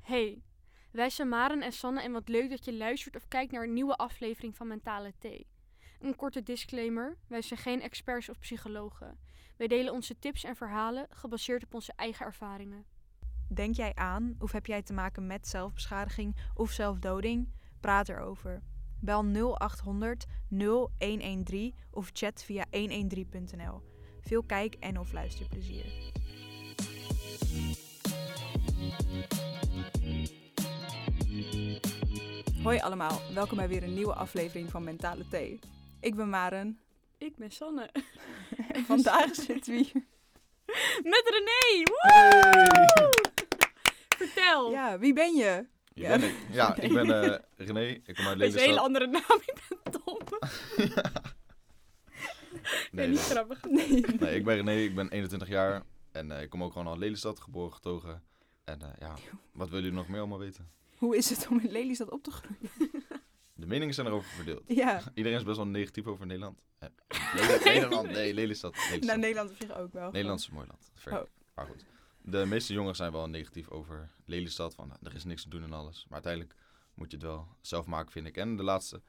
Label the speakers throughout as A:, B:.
A: Hey, wij zijn Maren en Sanne en wat leuk dat je luistert of kijkt naar een nieuwe aflevering van Mentale Thee. Een korte disclaimer, wij zijn geen experts of psychologen. Wij delen onze tips en verhalen gebaseerd op onze eigen ervaringen.
B: Denk jij aan of heb jij te maken met zelfbeschadiging of zelfdoding? Praat erover. Bel 0800 0113 of chat via 113.nl. Veel kijk- en of luisterplezier. Hoi allemaal, welkom bij weer een nieuwe aflevering van Mentale Thee. Ik ben Maren.
A: Ik ben Sanne.
B: Vandaag zit wie?
A: Met René! Woe!
C: Hey!
A: Vertel!
B: Ja, wie ben je?
C: Je
B: Ja.
C: bent ik. Ja, ik ben eh, René. Ik kom uit
A: Dat is een hele
C: Lelystad.
A: andere naam, ik ben Tom.
C: Nee,
A: niet
C: nee.
A: grappig.
B: Nee.
C: Nee, ik ben René. Ik ben 21 jaar. En eh, ik kom ook gewoon uit Lelystad, geboren getogen. En eh, ja, wat willen jullie nog meer allemaal weten?
B: Hoe is het om in Lelystad op te groeien?
C: De meningen zijn erover verdeeld.
B: Ja,
C: Iedereen is best wel negatief over Nederland. Eh, Nederland, Nederland, nee, Lelystad. Lelystad.
D: Nou,
B: naar Nou, Nederland op zich ook wel.
C: Nederland is een mooi land. Ver.
B: Oh.
C: Maar goed. De meeste jongeren zijn wel negatief over Lelystad. Van eh, er is niks te doen en alles. Maar uiteindelijk moet je het wel zelf maken, vind ik. En de laatste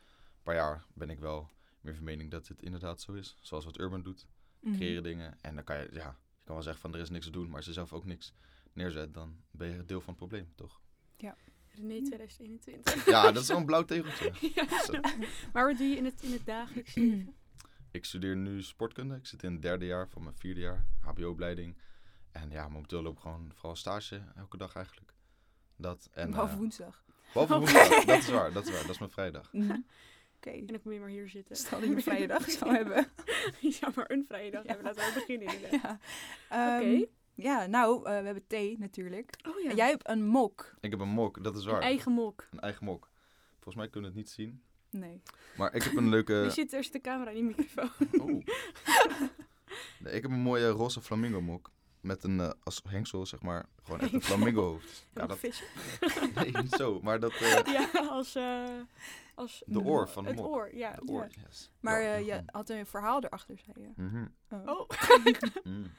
C: paar jaar ben ik wel meer van mening dat dit inderdaad zo is. Zoals wat Urban doet.
B: Mhm.
C: Creëren dingen. En dan kan je, ja, je kan wel zeggen van er is niks te doen. Maar als je zelf ook niks neerzet, dan ben je deel van het probleem, toch?
A: René 2021.
C: Ja, dat is wel een blauw tegeltje. Zo.
A: Maar wat doe je in het, in het dagelijks leven?
C: Ik studeer nu sportkunde. Ik zit in het derde jaar van mijn vierde jaar HBO-opleiding. En ja, momenteel loop ik gewoon vooral stage elke dag eigenlijk. Dat en
B: Behalve
C: eh,
B: woensdag. Mhm.
C: behalve
A: Oké.
C: woensdag. Dat is waar, dat is waar. Dat is mijn vrijdag.
B: Oké.
A: En dan kom je maar hier zitten.
B: Stel dat je een vrije dag zou hebben.
A: Ja, nou maar een vrije dag
B: Ja.
A: hebben. Laten we beginnen inderdaad.
B: ja. Ehm,
A: Oké.
B: Ja, nou, eh, we hebben thee natuurlijk.
A: Oh ja,
B: En jij hebt een mok.
C: Ik heb een mok, dat is waar.
A: een eigen mok.
C: Een eigen mok. Volgens mij kunnen we het niet zien.
B: Nee.
C: Maar ik heb een
A: Nu
C: leuke...
A: zit eerst de camera in die microfoon.
C: Oeh. Nee, ik heb een mooie roze flamingo mok. Met een eh, als hengsel, zeg maar. Gewoon echt een flamingo hoofd. Ja, dat...
A: Vissen.
C: Nee, niet zo. Maar dat... eh,
A: Ja, als, eh, als mm,
C: de oor van de
A: het
C: mok.
A: oor. Ja.
C: De oor, Oh, yes.
B: Maar
C: Ja,
B: eh, je
C: gewoon.
B: had een verhaal erachter, zei je.
C: Mhm.
A: Oh,
C: Mm.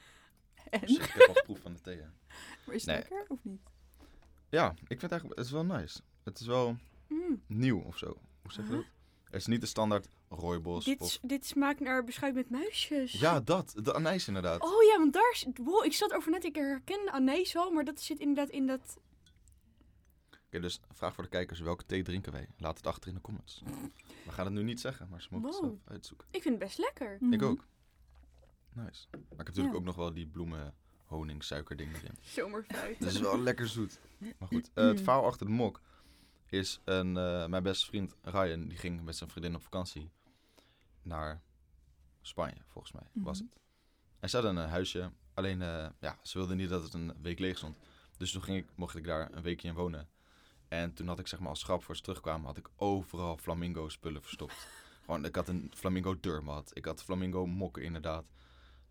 B: En?
C: Shit, ik heb al geproefd van de thee. hè.
B: Maar is het
C: Nee.
B: lekker of niet?
C: Ja, ik vind het eigenlijk het is wel nice. Het is wel
A: mm.
C: nieuw of zo. Hoe zeg je dat? Het is niet de standaard rooibos
A: dit,
C: of...
A: s- dit smaakt naar beschuit met muisjes.
C: Ja, dat. De anijs inderdaad.
A: Oh ja, want daar... is- Wow, ik zat over net, ik herkende anijs wel, maar dat zit inderdaad in dat...
C: Oké, dus vraag voor de kijkers. Welke thee drinken wij? Laat het achter in de comments. We gaan het nu niet zeggen, maar ze mogen het
A: Wow.
C: zelf uitzoeken.
A: Ik vind het best lekker.
B: Mhm.
C: Ik ook. Nice. Maar ik heb natuurlijk
B: Ja.
C: ook nog wel die bloemen, honing, suiker dingen erin.
A: Zomerfruit.
C: Dat is wel lekker zoet. Maar goed, eh, het verhaal achter de mok is een, eh, mijn beste vriend Ryan, die ging met zijn vriendin op vakantie naar Spanje, volgens mij was
B: Mhm.
C: het. En ze hadden een huisje, alleen eh, ja, ze wilden niet dat het een week leeg stond. Dus toen ging ik, mocht ik daar een weekje in wonen. En toen had ik zeg maar als grap voor ze terugkwamen, had ik overal flamingo spullen verstopt. gewoon, ik had een flamingo deurmat, ik had flamingo mokken inderdaad.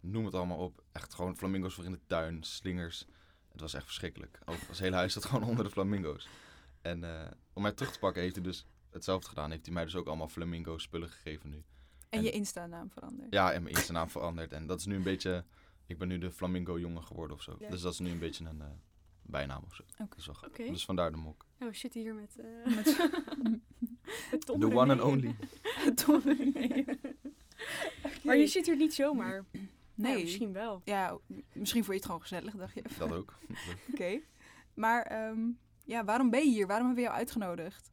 C: Noem het allemaal op. Echt gewoon flamingo's voor in de tuin, slingers. Het was echt verschrikkelijk. Ook het hele huis zat gewoon onder de flamingo's. En eh, om mij terug te pakken heeft hij dus hetzelfde gedaan. Heeft hij mij dus ook allemaal flamingo spullen gegeven nu.
B: En
C: En-
B: je Insta-naam veranderd.
C: Ja, en mijn eerste naam veranderd. En dat is nu een beetje... Ik ben nu de flamingo jongen geworden of zo.
A: Ja.
C: Dus dat is nu een beetje een eh, bijnaam of zo.
B: Oké.
C: Dus, wel grappig.
A: Oké.
C: dus vandaar de mok.
A: Nou, we zitten hier met... eh
B: Met-
A: met Tom
C: The
A: René.
C: one and only.
B: Tom René.
A: Maar je zit hier niet zomaar.
B: Nee.
A: Ja,
B: misschien...
A: misschien wel.
B: Ja, misschien vond je het gewoon gezellig, dacht je.
C: Dat ook.
B: Oké. Maar ehm, ja, waarom ben je hier? Waarom hebben we jou uitgenodigd?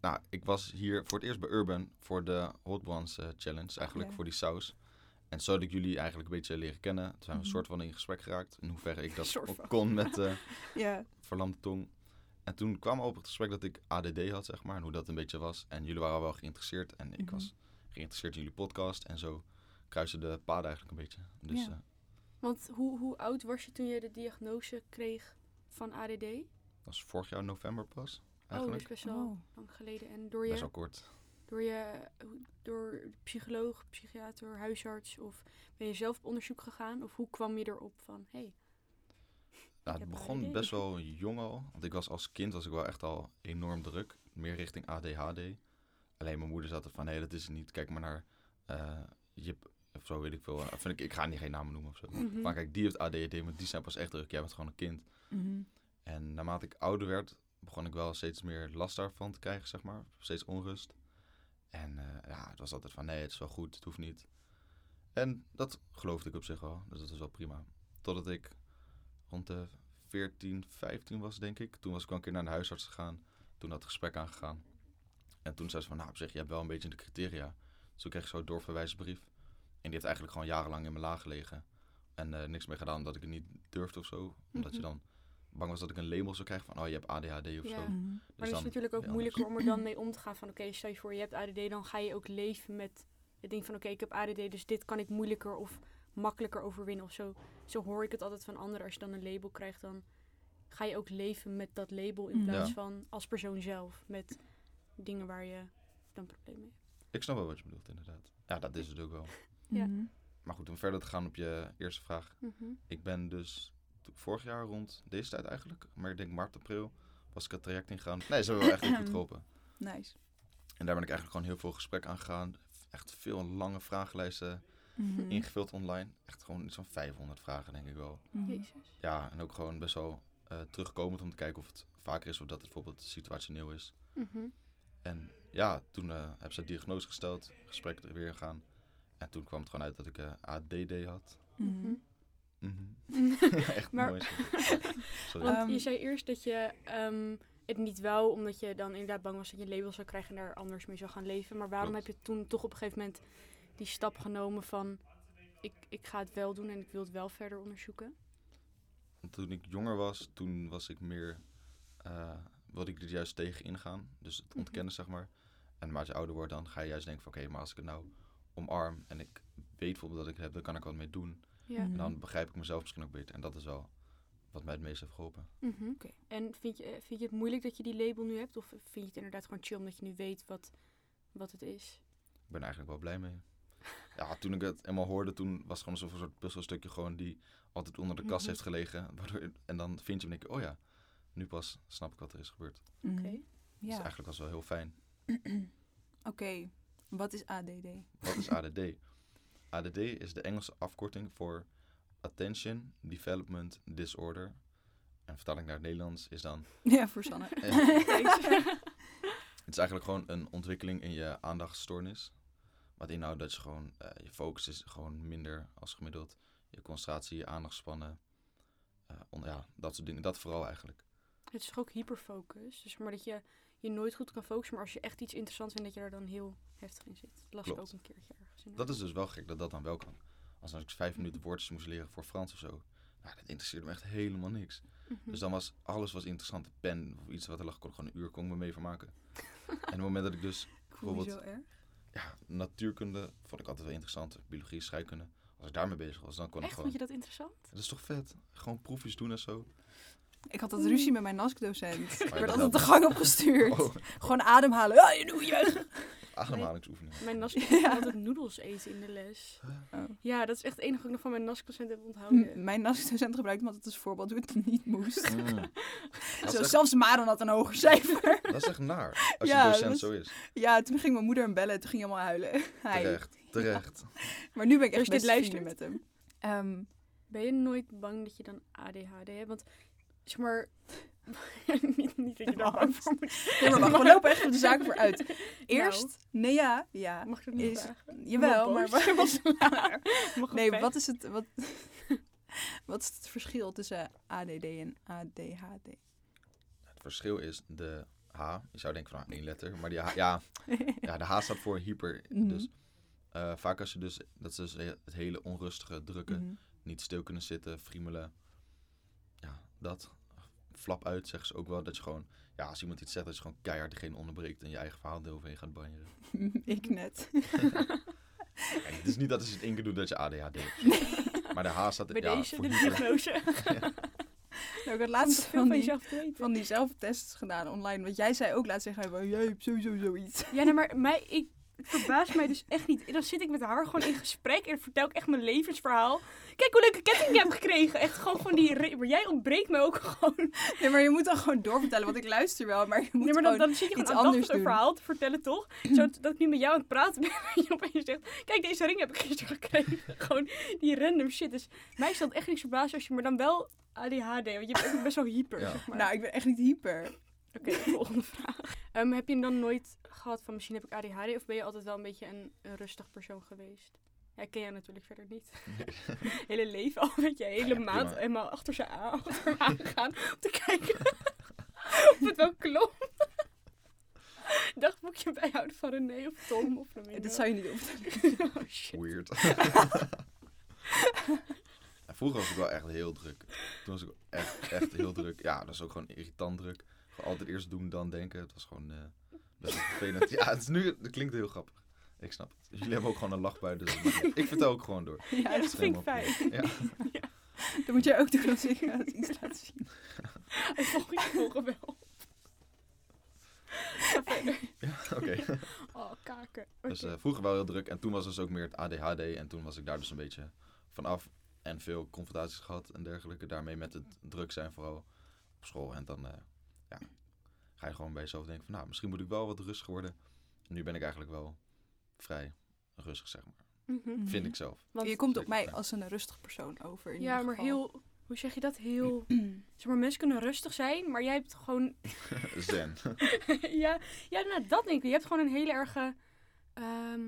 C: Nou, ik was hier voor het eerst bij Urban voor de Hot Ones eh, Challenge, eigenlijk
B: Ja.
C: voor die saus. En zo had ik jullie eigenlijk een beetje leren kennen. Toen zijn we
B: Mhm.
C: een soort van in gesprek geraakt. In hoeverre ik dat
A: Soort
C: ook
A: van.
C: kon met eh
B: Ja.
C: verlamde tong. En toen kwam op het gesprek dat ik ADD had, zeg maar, en hoe dat een beetje was. En jullie waren wel geïnteresseerd en ik
B: Mhm.
C: was geïnteresseerd in jullie podcast. En zo kruisen de paden eigenlijk een beetje. Dus
B: Ja.
C: eh,
A: Want hoe, hoe oud was je toen je de diagnose kreeg van ADD?
C: dat was vorig jaar november pas,
A: Oh, dat
C: eigenlijk.
A: is best wel lang geleden. En door
C: Best
A: je,
C: wel kort.
A: door je door psycholoog, psychiater, huisarts of ben je zelf op onderzoek gegaan? Of hoe kwam je erop van, hé, hey,
C: Nou,
A: heb
C: het
A: ADD.
C: begon best wel jong al. Want ik was als kind was ik wel echt al enorm druk. Meer richting ADHD. Alleen mijn moeder zat er van, hé, dat is het niet. Kijk maar naar eh Jip of zo, weet ik veel. Eh, vind ik, ik ga niet geen namen noemen of zo.
A: Mhm.
C: Maar kijk, die heeft ADHD, maar die zijn pas echt druk. Jij bent gewoon een kind.
B: Mhm.
C: En naarmate ik ouder werd, begon ik wel steeds meer last daarvan te krijgen, zeg maar. Steeds onrust. En eh, ja, het was altijd van nee, het is wel goed, het hoeft niet. En dat geloofde ik op zich wel, dus dat was wel prima. Totdat ik rond de 14, 15 was, denk ik. Toen was ik wel een keer naar de huisarts gegaan. Toen had het gesprek aangegaan. En toen zei ze van, nou op zich, je hebt wel een beetje de criteria. Dus toen kreeg ik zo'n doorverwijsbrief. En die heeft eigenlijk gewoon jarenlang in mijn la gelegen. En eh, niks meer gedaan omdat ik het niet durfde of zo. Omdat je
A: Mhm.
C: dan bang was dat ik een label zou krijgen van, oh, je hebt ADHD of
A: Ja.
C: zo.
A: Maar
B: Mhm.
C: Dus
A: Maar het is
C: dan-
A: natuurlijk ook
C: ja, dus-
A: moeilijker om er dan mee om te gaan van oké, stel je voor je hebt ADD, dan ga je ook leven met het ding van oké, ik heb ADD, dus dit kan ik moeilijker of makkelijker overwinnen of zo. Zo hoor ik het altijd van anderen. Als je dan een label krijgt, dan ga je ook leven met dat label in
B: Mm.
A: plaats
C: Ja.
A: van als persoon zelf met dingen waar je dan problemen mee hebt.
C: Ik snap wel wat je bedoelt, inderdaad. Ja, dat is het ook wel.
A: Ja.
B: Mhm.
C: Maar goed, om verder te gaan op je eerste vraag. Ik ben dus to- vorig jaar rond deze tijd eigenlijk, maar ik denk maart, april, was ik het traject ingegaan. Nee, ze hebben wel echt heel goed geholpen.
D: Nice.
C: En daar ben ik eigenlijk gewoon heel veel gesprek aangegaan. Echt veel lange vragenlijsten
A: Mm.
B: Mhm.
C: ingevuld online. Echt gewoon iets van 500 vragen, denk ik wel.
D: Mhm.
A: Jezus.
C: Ja, en ook gewoon best wel eh, terugkomend om te kijken of het vaker is of dat het bijvoorbeeld situationeel is. En ja, toen eh, hebben ze de diagnose gesteld, gesprek er weer gaan. En toen kwam het gewoon uit dat ik eh, ADD had.
B: Mhm.
C: Mhm. Echt
A: Maar-
C: mooi. zeg. Sorry.
A: Want
D: Ehm,
A: je zei eerst dat je ehm, het niet wou, omdat je dan inderdaad bang was dat je een label zou krijgen en daar anders mee zou gaan leven. Maar waarom
C: Klopt.
A: heb je toen toch op een gegeven moment die stap genomen van ik, ik ga het wel doen en ik wil het wel verder onderzoeken?
C: Want toen ik jonger was, toen was ik meer, eh, wilde ik er juist tegen ingaan. Dus
A: Mhm.
C: het ontkennen, zeg maar. En naarmate je ouder wordt, dan ga je juist denken van, oké, maar als ik het nou omarm en ik weet bijvoorbeeld dat ik het heb, dan kan ik wat mee doen.
A: Ja.
B: Mhm.
C: En dan begrijp ik mezelf misschien ook beter. En dat is wel wat mij het meest heeft geholpen.
D: Oké.
A: Mhm. En vind je, eh, vind je het moeilijk dat je die label nu hebt? Of vind je het inderdaad gewoon chill omdat je nu weet wat, wat het is?
C: Ik ben er eigenlijk wel blij mee. Ja, toen ik het eenmaal hoorde, toen was het gewoon zo'n soort puzzelstukje gewoon die altijd onder de kast
A: Mhm.
C: heeft gelegen. Waardoor, en dan vind je hem en denk je, oh ja, nu pas snap ik wat er is gebeurd. Dus
D: Mhm.
A: Oké.
D: Ja.
C: eigenlijk was het wel heel fijn.
D: Oké, wat is ADD?
C: Wat is ADD? ADD is de Engelse afkorting voor Attention Development Disorder. En vertaling naar het Nederlands is dan...
D: Ja, voor Sanne.
C: eh, het is eigenlijk gewoon een ontwikkeling in je aandachtsstoornis. Wat inhoudt dat je gewoon... eh, je focus is gewoon minder als gemiddeld. Je concentratie, je aandachtspannen. eh, on- ja, dat soort dingen. Dat vooral eigenlijk.
A: Het is toch ook hyperfocus? Dus maar dat je je nooit goed kan focussen, maar als je echt iets interessants vindt, dat je daar dan heel heftig in zit. Dat las ik
C: Klopt.
A: ook een keertje ergens. in.
C: Dat is dus wel gek dat dat dan wel kan. Als ik vijf minuten woordjes moest leren voor Frans of zo. Nou, dat interesseerde me echt helemaal niks.
A: Mhm.
C: Dus dan was alles was interessant. De pen of iets wat er lag, kon ik gewoon een uur kon ik me mee vermaken. en op het moment dat ik dus,
D: Ik voel me
C: Bijvoorbeeld-
D: zo erg.
C: ja, natuurkunde vond ik altijd wel interessant. Biologie, scheikunde. Als ik daarmee bezig was, dan kon
A: Echt,
C: ik gewoon...
A: vond je dat interessant?
C: Dat is toch vet? Gewoon proefjes doen en zo.
D: Ik had dat ruzie met mijn NASC-docent. Ik
C: dat
D: werd altijd
C: helpt
D: de gang opgestuurd.
C: Oh,
D: Gewoon ademhalen. Ah, je doet je.
C: ademhalingsoefeningen. Mm.
A: Mijn nas
D: Ja.
A: altijd noedels eten in de les.
D: Oh.
A: Ja, dat is echt het enige wat ik nog van mijn NAS-docent heb onthouden.
D: M- Mijn NASC-docent gebruikte me altijd als voorbeeld hoe het niet moest.
C: Mm. Dat,
D: Zo,
C: is echt,
D: Zelfs Maron had een hoger cijfer.
C: dat is echt naar. Als
D: Ja,
C: je docent
D: dat is-
C: zo is.
D: Ja, toen ging mijn moeder hem bellen. Toen ging hij helemaal huilen. Hij.
C: Terecht. Terecht.
D: Maar nu ben ik
A: Als je
D: echt
A: Dus dit
D: best vrienden met
A: luistert.
D: hem. Ehm,
A: Ben je nooit bang dat je dan ADHD hebt? Want zeg maar. niet, niet dat je daar bang voor moet. Nou,
D: nee, maar wacht, we lopen echt op de zaken vooruit. Eerst, nee ja, ja.
A: Mag ik dat niet
D: Is-
A: vragen?
D: Jawel, maar
A: Mag
D: waar was
A: boos? Mag
D: Nee,
A: gepest?
D: wat is het, wat, wat is het verschil tussen ADD en ADHD?
C: Het verschil is de H. Je zou denken van nou, één letter. Maar die H, ja, ja, de H staat voor hyper.
D: Mhm.
C: Dus eh, vaak als je dus... Dat is dus het hele onrustige, drukke...
D: Mhm.
C: niet stil kunnen zitten, friemelen. Ja, dat. Flap uit zeggen ze ook wel. Dat je gewoon, ja, als iemand iets zegt, dat je gewoon keihard degene onderbreekt en je eigen verhaal eroverheen gaat banjeren.
D: ik net.
C: Kijk, het is niet dat als je het één keer doet dat je ADHD hebt. Maar de H staat
A: Bij
C: ja,
A: deze,
C: voor
A: de
C: hyper.
A: diagnose.
D: Nou, ik had
A: Om
D: laatst
A: te veel van
D: van die,
A: jezelf te weten.
D: van die zelftests gedaan online. Want jij zei ook laatst tegen mij, van, jij hebt sowieso zoiets.
A: Ja, nee, maar mij, ik Het verbaast mij dus echt niet. En dan zit ik met haar gewoon in gesprek en vertel ik echt mijn levensverhaal. Kijk hoe leuke ketting ik heb gekregen. Echt gewoon van die... re- Maar jij ontbreekt me ook gewoon.
D: Nee, maar je moet dan gewoon doorvertellen, want ik luister wel, maar je moet
A: Nee, maar dan,
D: gewoon...
A: dan zit je
D: iets
A: gewoon anders
D: anders
A: een
D: doen.
A: verhaal te vertellen, toch? Zo dat ik nu met jou aan het praten ben en je opeens zegt... Kijk, deze ring heb ik gisteren gekregen. gewoon die random shit. Dus mij stelt echt niks verbaasd als je me dan wel ADHD... Want je bent ook best wel hyper,
C: Ja.
A: zeg maar.
D: Nou, ik ben echt niet hyper.
A: Oké, volgende vraag. Ehm, heb je hem dan nooit gehad van misschien heb ik ADHD of ben je altijd wel een beetje een, een rustig persoon geweest? Ja, ik ken jij natuurlijk verder niet. Hele leven al, weet je, hele
C: Ja,
A: maand
C: prima.
A: helemaal achter ze aan, achter hem aangegaan om te kijken of het wel klopt. Dagboekje bijhouden van René of Tom of Flamingo.
D: Dat zou je niet doen.
A: Oh shit.
C: Weird. Ja, Vroeger was ik wel echt heel druk. Toen was ik echt, echt heel druk. Ja, dat was ook gewoon irritant druk. Gewoon altijd eerst doen, dan denken. Het was gewoon eh best wel vervelend. Ja, het is nu, het klinkt heel grappig. Ik snap het. Jullie hebben ook gewoon een lach bij, dus dat maakt niet uit. ik vertel ook gewoon door.
A: Ja, dat
C: is
A: vind ik
C: helemaal prima.
A: fijn.
C: Ja.
D: Dat moet jij ook doen als ik eh, iets laat zien.
A: Ik volg je volgen wel. Ga verder.
C: Oké.
A: Oh, kaken.
C: Dus
A: Oké.
C: eh, vroeger wel heel druk. En toen was dus ook meer het ADHD. En toen was ik daar dus een beetje vanaf. En veel confrontaties gehad en dergelijke. Daarmee met het druk zijn vooral op school. En dan eh, ja, ga je gewoon bij jezelf denken van... Nou, misschien moet ik wel wat rustiger worden. En nu ben ik eigenlijk wel vrij rustig, zeg maar.
A: Mhm.
C: Vind ik zelf.
A: Want-
D: je komt op
C: zeker,
D: mij
C: ja.
D: als een rustig persoon over. In
A: Ja,
D: ieder
A: maar
D: geval.
A: heel. Hoe zeg je dat? Heel. zeg maar, mensen kunnen rustig zijn, maar jij hebt gewoon.
C: Zen.
A: ja, ja nou, dat denk ik. Je hebt gewoon een hele erge. ehm,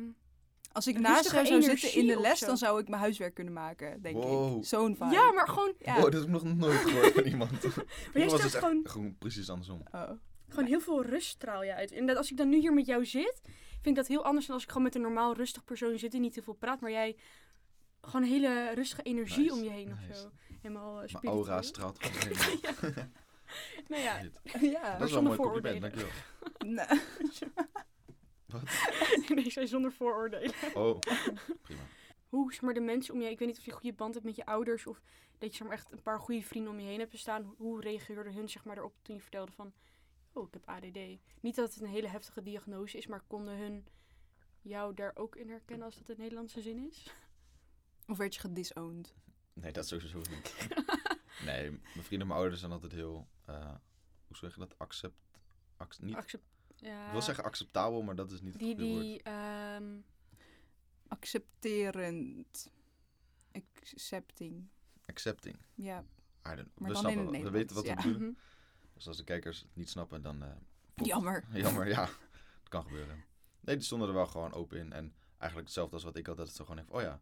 D: Als ik
A: Een
D: naast
A: rustige
D: haar zou
A: energie
D: zitten in de
A: of
D: les,
A: zo.
D: dan zou ik mijn huiswerk kunnen maken, denk
C: Wow.
D: ik. Zo'n vibe.
A: ja, maar gewoon.
D: Ja.
C: Wow, dat heb ik nog nooit gehoord van iemand.
A: Maar jij
C: Dat was
A: straalt
C: dus echt
A: gewoon,
C: gewoon precies andersom.
D: Oh.
A: gewoon heel veel rust straal je uit. Inderdaad, als ik dan nu hier met jou zit, vind ik dat heel anders dan als ik gewoon met een normaal rustig persoon zit en niet te veel praat. Maar jij. Gewoon hele rustige energie
C: Nice,
A: om je heen of
C: nice.
A: zo. Helemaal eh,
C: Mijn
A: spiritueel.
C: aura straalt gewoon helemaal.
A: Nou ja,
C: Shit.
D: ja.
C: Dat is wel een
A: zonder
C: mooi compliment,
A: vooroordelen.
C: dankjewel.
D: Nou,
A: nee, zij zonder vooroordelen.
C: Oh, prima.
A: hoe zeg maar, de mensen om je Ik weet niet of je een goede band hebt met je ouders. Of dat je zeg maar, echt een paar goede vrienden om je heen hebt bestaan. Hoe- Hoe reageerden hun zeg maar, erop toen je vertelde van... Oh, ik heb ADD. Niet dat het een hele heftige diagnose is. Maar konden hun jou daar ook in herkennen als dat een Nederlandse zin is?
D: of werd je gedisowned?
C: Nee, dat sowieso niet. nee, mijn vrienden en mijn ouders zijn altijd heel... eh, hoe zeg je dat? Accept... ac- niet,
A: Accep- ja,
C: ik wil zeggen acceptabel, maar dat is niet het
A: Die,
C: goede woord.
A: die, ehm,
D: Accepterend. Accepting.
C: Accepting.
D: Ja,
C: I don't know.
D: Maar
C: we
D: dan
C: snappen,
D: in het
C: wel.
D: Nederlands,
C: we weten wat
D: ja.
C: we bedoelen.
A: mhm.
C: Dus als de kijkers het niet snappen, dan... eh,
D: jammer.
C: jammer, ja. Dat kan gebeuren. Nee, die stonden er wel gewoon open in. En eigenlijk hetzelfde als wat ik had, dat het zo gewoon even... Oh ja,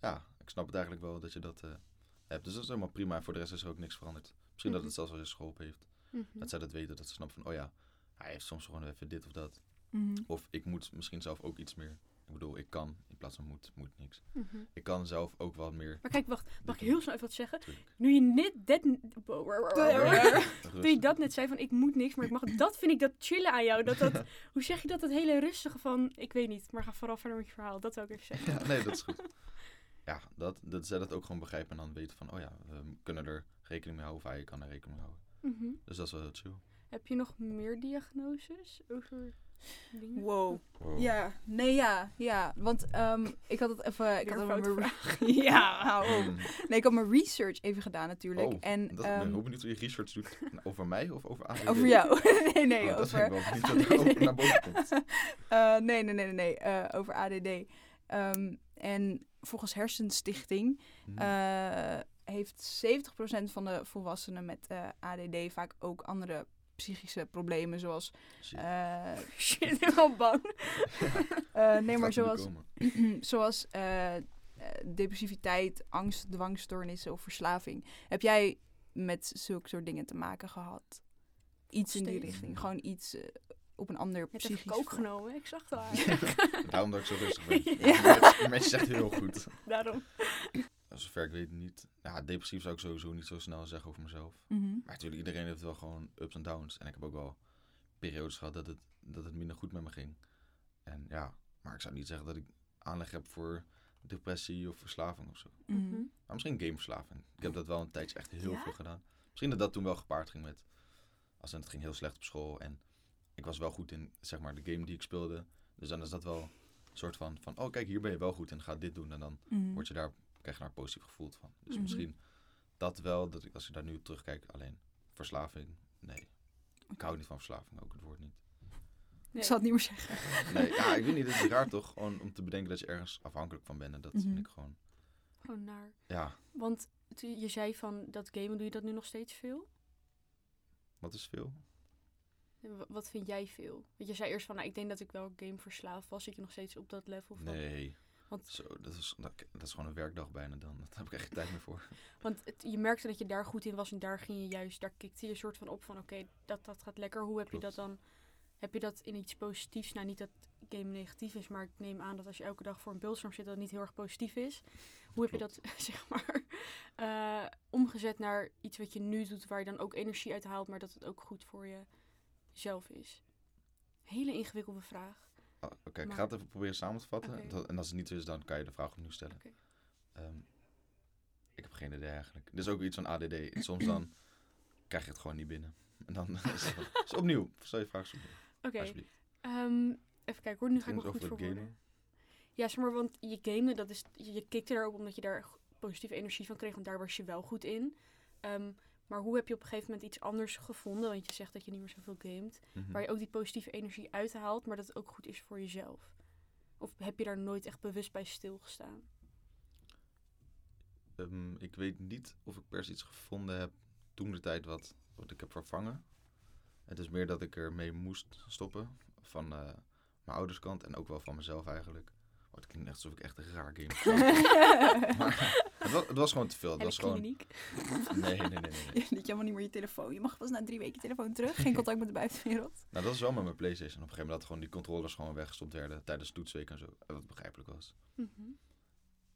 C: ja, ik snap het eigenlijk wel dat je dat eh, hebt. Dus dat is helemaal prima. En voor de rest is er ook niks veranderd. Misschien dat het zelfs wel eens geholpen heeft.
A: Mhm.
C: Dat zij dat weten, dat ze snappen van... Oh ja, hij heeft soms gewoon even dit of dat.
D: Mhm.
C: Of ik moet misschien zelf ook iets meer. Ik bedoel, ik kan in plaats van moet, moet niks.
A: Mhm.
C: Ik kan zelf ook wat meer.
A: Maar kijk, wacht. Mag ik heel snel even wat zeggen?
C: Natuurlijk.
A: Nu je net... Dat, Toen je
C: Rustig.
A: dat net zei van ik moet niks, maar ik mag. Dat vind ik dat chillen aan jou. Dat dat, hoe zeg je dat? Dat hele rustige van ik weet niet, maar ga vooral verder met je verhaal. Dat wil ik even zeggen.
C: Ja, nee, dat is goed. Ja, dat, dat zij dat ook gewoon begrijpen en dan weten van, oh ja, we kunnen er rekening mee houden of hij kan er rekening mee houden.
A: Mhm.
C: Dus dat is wel heel chill.
A: Heb je nog meer diagnoses over dingen?
D: Wow.
C: Wow.
D: Ja, nee, ja, ja. Want ehm, ik had het even. Ik
A: Weer
D: had
A: een
D: even
A: foute
D: mijn re- ja, hou op.
C: Mm.
D: Nee, ik had mijn research even gedaan natuurlijk.
C: Oh,
D: en
C: Dat, ik ben
D: oh. ehm,
C: heel benieuwd hoe je research doet. Over mij of over ADD?
D: over jou. nee, nee,
C: Oh, dat vind
D: over.
C: ik wel niet dat het over naar boven komt.
D: Eh, nee, nee, nee, nee, nee. eh, over ADD. Ehm, en volgens Hersenstichting
C: Mm.
D: eh, heeft 70% van de volwassenen met eh, ADD vaak ook andere psychische problemen. Zoals.
C: Shit,
D: eh,
A: Shit, ik ben wel bang.
D: eh,
C: gaat
D: nee, maar
C: niet
D: zoals.
C: komen.
D: zoals eh, eh, depressiviteit, angst, dwangstoornissen of verslaving. Heb jij met zulke soort dingen te maken gehad? Iets in die
A: Steeds.
D: richting, gewoon iets eh, op een ander
A: Het heb
D: psychisch
A: ik ook
D: vlak.
A: genomen. Ik zag dat.
C: Daarom dat ik zo rustig ben.
A: Ja.
C: Ja. Mensen zegt heel goed.
A: Daarom.
C: Nou, Zover ik weet niet. Ja, depressief zou ik sowieso niet zo snel zeggen over mezelf.
D: Mhm.
C: Maar natuurlijk, iedereen heeft wel gewoon ups en downs. En ik heb ook wel periodes gehad dat het, dat het minder goed met me ging. En ja, maar ik zou niet zeggen dat ik aanleg heb voor depressie of verslaving of zo.
D: Mhm.
C: Maar misschien gameverslaving. Ik heb dat wel een tijdje echt heel
A: Ja?
C: veel gedaan. Misschien dat dat toen wel gepaard ging met... Als in, het ging heel slecht op school en ik was wel goed in zeg maar, de game die ik speelde. Dus dan is dat wel soort van, van, oh kijk, hier ben je wel goed en ga dit doen. En dan
D: Mhm.
C: word je daar, krijg je daar positief gevoeld van. Dus
D: Mhm.
C: misschien dat wel, dat ik, als ik daar nu op terugkijk, alleen verslaving, nee. Ik hou niet van verslaving, ook het woord niet.
D: Ik zal het niet meer zeggen.
C: Nee, ja, ik weet niet, het is raar toch? Gewoon om te bedenken dat je ergens afhankelijk van bent. En dat
D: Mhm.
C: vind ik gewoon,
A: Gewoon naar.
C: ja,
A: Want t- je zei van dat gamen, doe je dat nu nog steeds veel?
C: wat is veel?
A: En wa- Wat vind jij veel? Want je zei eerst van, nou, ik denk dat ik wel gameverslaafd was. Zit je nog steeds op dat level van?
C: Nee.
A: Want-
C: Zo, dat, is, dat, dat is gewoon een werkdag bijna dan. Daar heb ik echt geen tijd meer voor.
A: Want het- je merkte dat je daar goed in was en daar ging je juist, daar kikte je soort van op van oké, dat, dat gaat lekker. Hoe heb je dat
C: Klopt.
A: dan, heb je dat in iets positiefs? Nou niet dat game negatief is, maar ik neem aan dat als je elke dag voor een beeldscherm zit dat het niet heel erg positief is. Hoe heb je dat, zeg maar, eh, omgezet naar iets wat je nu doet waar je dan ook energie uit haalt, maar dat het ook goed voor jezelf is? Hele ingewikkelde vraag.
C: Ah, Oké, ik
A: Maar-
C: ga het even proberen samen te vatten.
A: Oké.
C: Dat- en als het niet zo is, dan kan je de vraag opnieuw stellen.
A: Oké.
C: Ehm, ik heb geen idee eigenlijk. Dit is ook iets van ADD. Soms dan krijg je het gewoon niet binnen. En dan is het gewoon- dus opnieuw. Stel je vraag eens opnieuw,
A: Oké,
C: alsjeblieft.
A: ehm, even kijken hoor, nu ga ik me
C: Ging het
A: goed
C: over het
A: verwoorden.
C: gamen?
A: Ja, zeg maar, want je gamede, dat is, je je kikte daar ook omdat je daar g- positieve energie van kreeg, want daar was je wel goed in. Ehm, maar hoe heb je op een gegeven moment iets anders gevonden? Want je zegt dat je niet meer zoveel gamet,
C: Mhm.
A: waar je ook die positieve energie uithaalt, maar dat het ook goed is voor jezelf. Of heb je daar nooit echt bewust bij stilgestaan?
C: Ehm, ik weet niet of ik per se iets gevonden heb toen de tijd wat, wat ik heb vervangen. Het is meer dat ik ermee moest stoppen. Van eh, mijn ouders kant en ook wel van mezelf eigenlijk. Oh, het klinkt echt alsof ik echt een raar game maar het was, het was gewoon te veel. Het
A: En
C: was
A: de
C: gewoon...
A: kliniek.
C: Nee, nee, nee, nee, nee.
D: Je liet jammer niet meer je telefoon. Je mag pas na drie weken telefoon terug. Geen contact met de buitenwereld.
C: Nou, dat is wel met mijn Playstation. Op een gegeven moment dat gewoon die controllers gewoon weggestopt werden tijdens toetsweek en zo. Wat begrijpelijk was.
A: Mhm.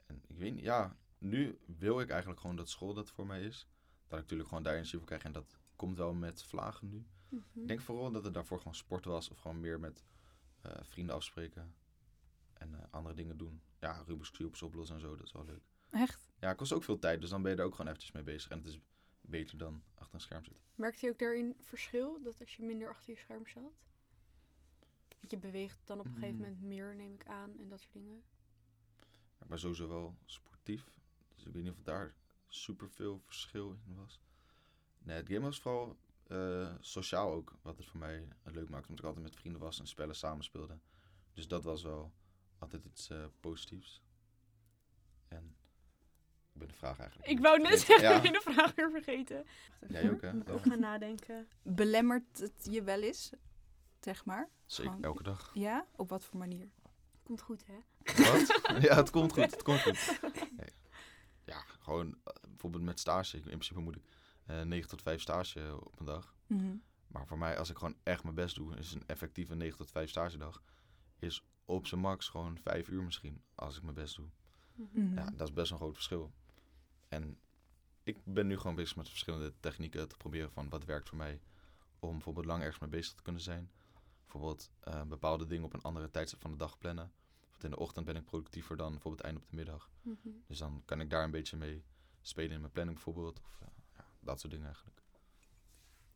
C: En ik weet niet, ja, nu wil ik eigenlijk gewoon dat school dat voor mij is. Dat ik natuurlijk gewoon daar energie voor krijg en dat komt wel met vlagen nu.
A: Mhm.
C: Ik denk vooral dat het daarvoor gewoon sport was of gewoon meer met eh, vrienden afspreken en eh, andere dingen doen. Ja, Rubik's Cubes oplossen en zo, dat is wel leuk.
D: Echt?
C: Ja, kost ook veel tijd, dus dan ben je er ook gewoon eventjes mee bezig. En het is beter dan achter een scherm zitten.
A: Merkte je ook daarin verschil, dat als je minder achter je scherm zat? Want je beweegt dan op een gegeven
C: Mm.
A: moment meer, neem ik aan, en dat soort dingen.
C: Ik ben sowieso wel sportief, dus ik weet niet of daar superveel verschil in was. Nee, het game was vooral eh, sociaal ook, wat het voor mij eh, leuk maakte. Omdat ik altijd met vrienden was en spellen samen speelde. Dus dat was wel altijd iets eh, positiefs. En ik ben de vraag eigenlijk...
A: Ik
C: weer
A: wou net
C: vergeten.
A: zeggen,
C: Ja.
A: ik ben de vraag weer vergeten.
C: Jij ook, hè?
D: Moet ik
C: Ja.
D: ook
A: Ga nadenken.
D: belemmert het je wel eens, zeg maar.
C: Zeker,
D: Gewoon-
C: elke dag.
D: Ja? Op wat voor manier?
A: Komt goed, hè?
C: Wat? ja, het komt goed, het komt goed. Nee. Ja, gewoon eh, bijvoorbeeld met stage. In principe moet ik eh 9 tot 5 stage op een dag.
A: Mhm.
C: Maar voor mij, als ik gewoon echt mijn best doe, is een effectieve 9 tot 5 stage dag, is op zijn max gewoon 5 uur misschien, als ik mijn best doe.
A: Mhm.
C: Ja, dat is best een groot verschil. En ik ben nu gewoon bezig met verschillende technieken te proberen van wat werkt voor mij om bijvoorbeeld lang ergens mee bezig te kunnen zijn. Bijvoorbeeld eh, bepaalde dingen op een andere tijdstip van de dag plannen. Want in de ochtend ben ik productiever dan bijvoorbeeld eind op de middag.
A: Mhm.
C: Dus dan kan ik daar een beetje mee spelen in mijn planning bijvoorbeeld. Of, eh, ja, dat soort dingen eigenlijk.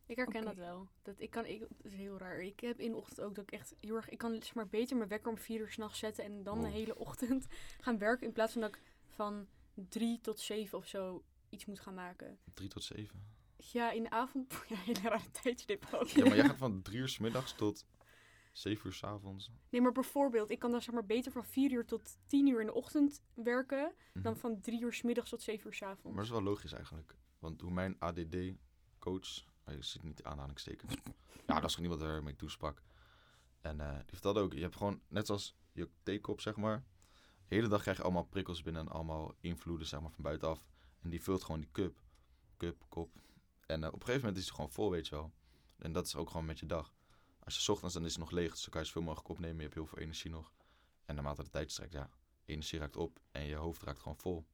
A: Ik herken
D: Oké.
A: dat wel. Dat ik kan, ik, dat is heel raar. Ik heb in de ochtend ook dat ik echt heel erg, ik kan zeg maar beter mijn wekker om vier uur s'nachts zetten en dan de
C: Wow.
A: hele ochtend gaan werken in plaats van dat ik van drie tot zeven of zo iets moet gaan maken.
C: 3 tot 7.
A: Ja, in de avond, ja, hele rare tijdstip ook.
C: Ja, maar jij gaat van drie uur s middags tot zeven uur s avonds.
A: Nee, maar bijvoorbeeld, ik kan dan zeg maar beter van vier uur tot tien uur in de ochtend werken dan
C: Mhm.
A: van drie uur 's middags tot zeven uur s
C: Maar
A: avonds.
C: dat is wel logisch eigenlijk. Want hoe mijn ADD-coach, hij zit niet in aanhalingstekens. ja, dat is gewoon iemand waar ik mee toesprak. En eh, die vertelde ook, je hebt gewoon, net zoals je theekop zeg maar, de hele dag krijg je allemaal prikkels binnen en allemaal invloeden zeg maar van buitenaf. En die vult gewoon die cup, cup, kop. En eh, op een gegeven moment is het gewoon vol, weet je wel. En dat is ook gewoon met je dag. Als je 's ochtends, dan is het nog leeg, dus dan kan je zoveel mogelijk opnemen. Je hebt heel veel energie nog. En naarmate de tijd strekt, ja, energie raakt op en je hoofd raakt gewoon vol.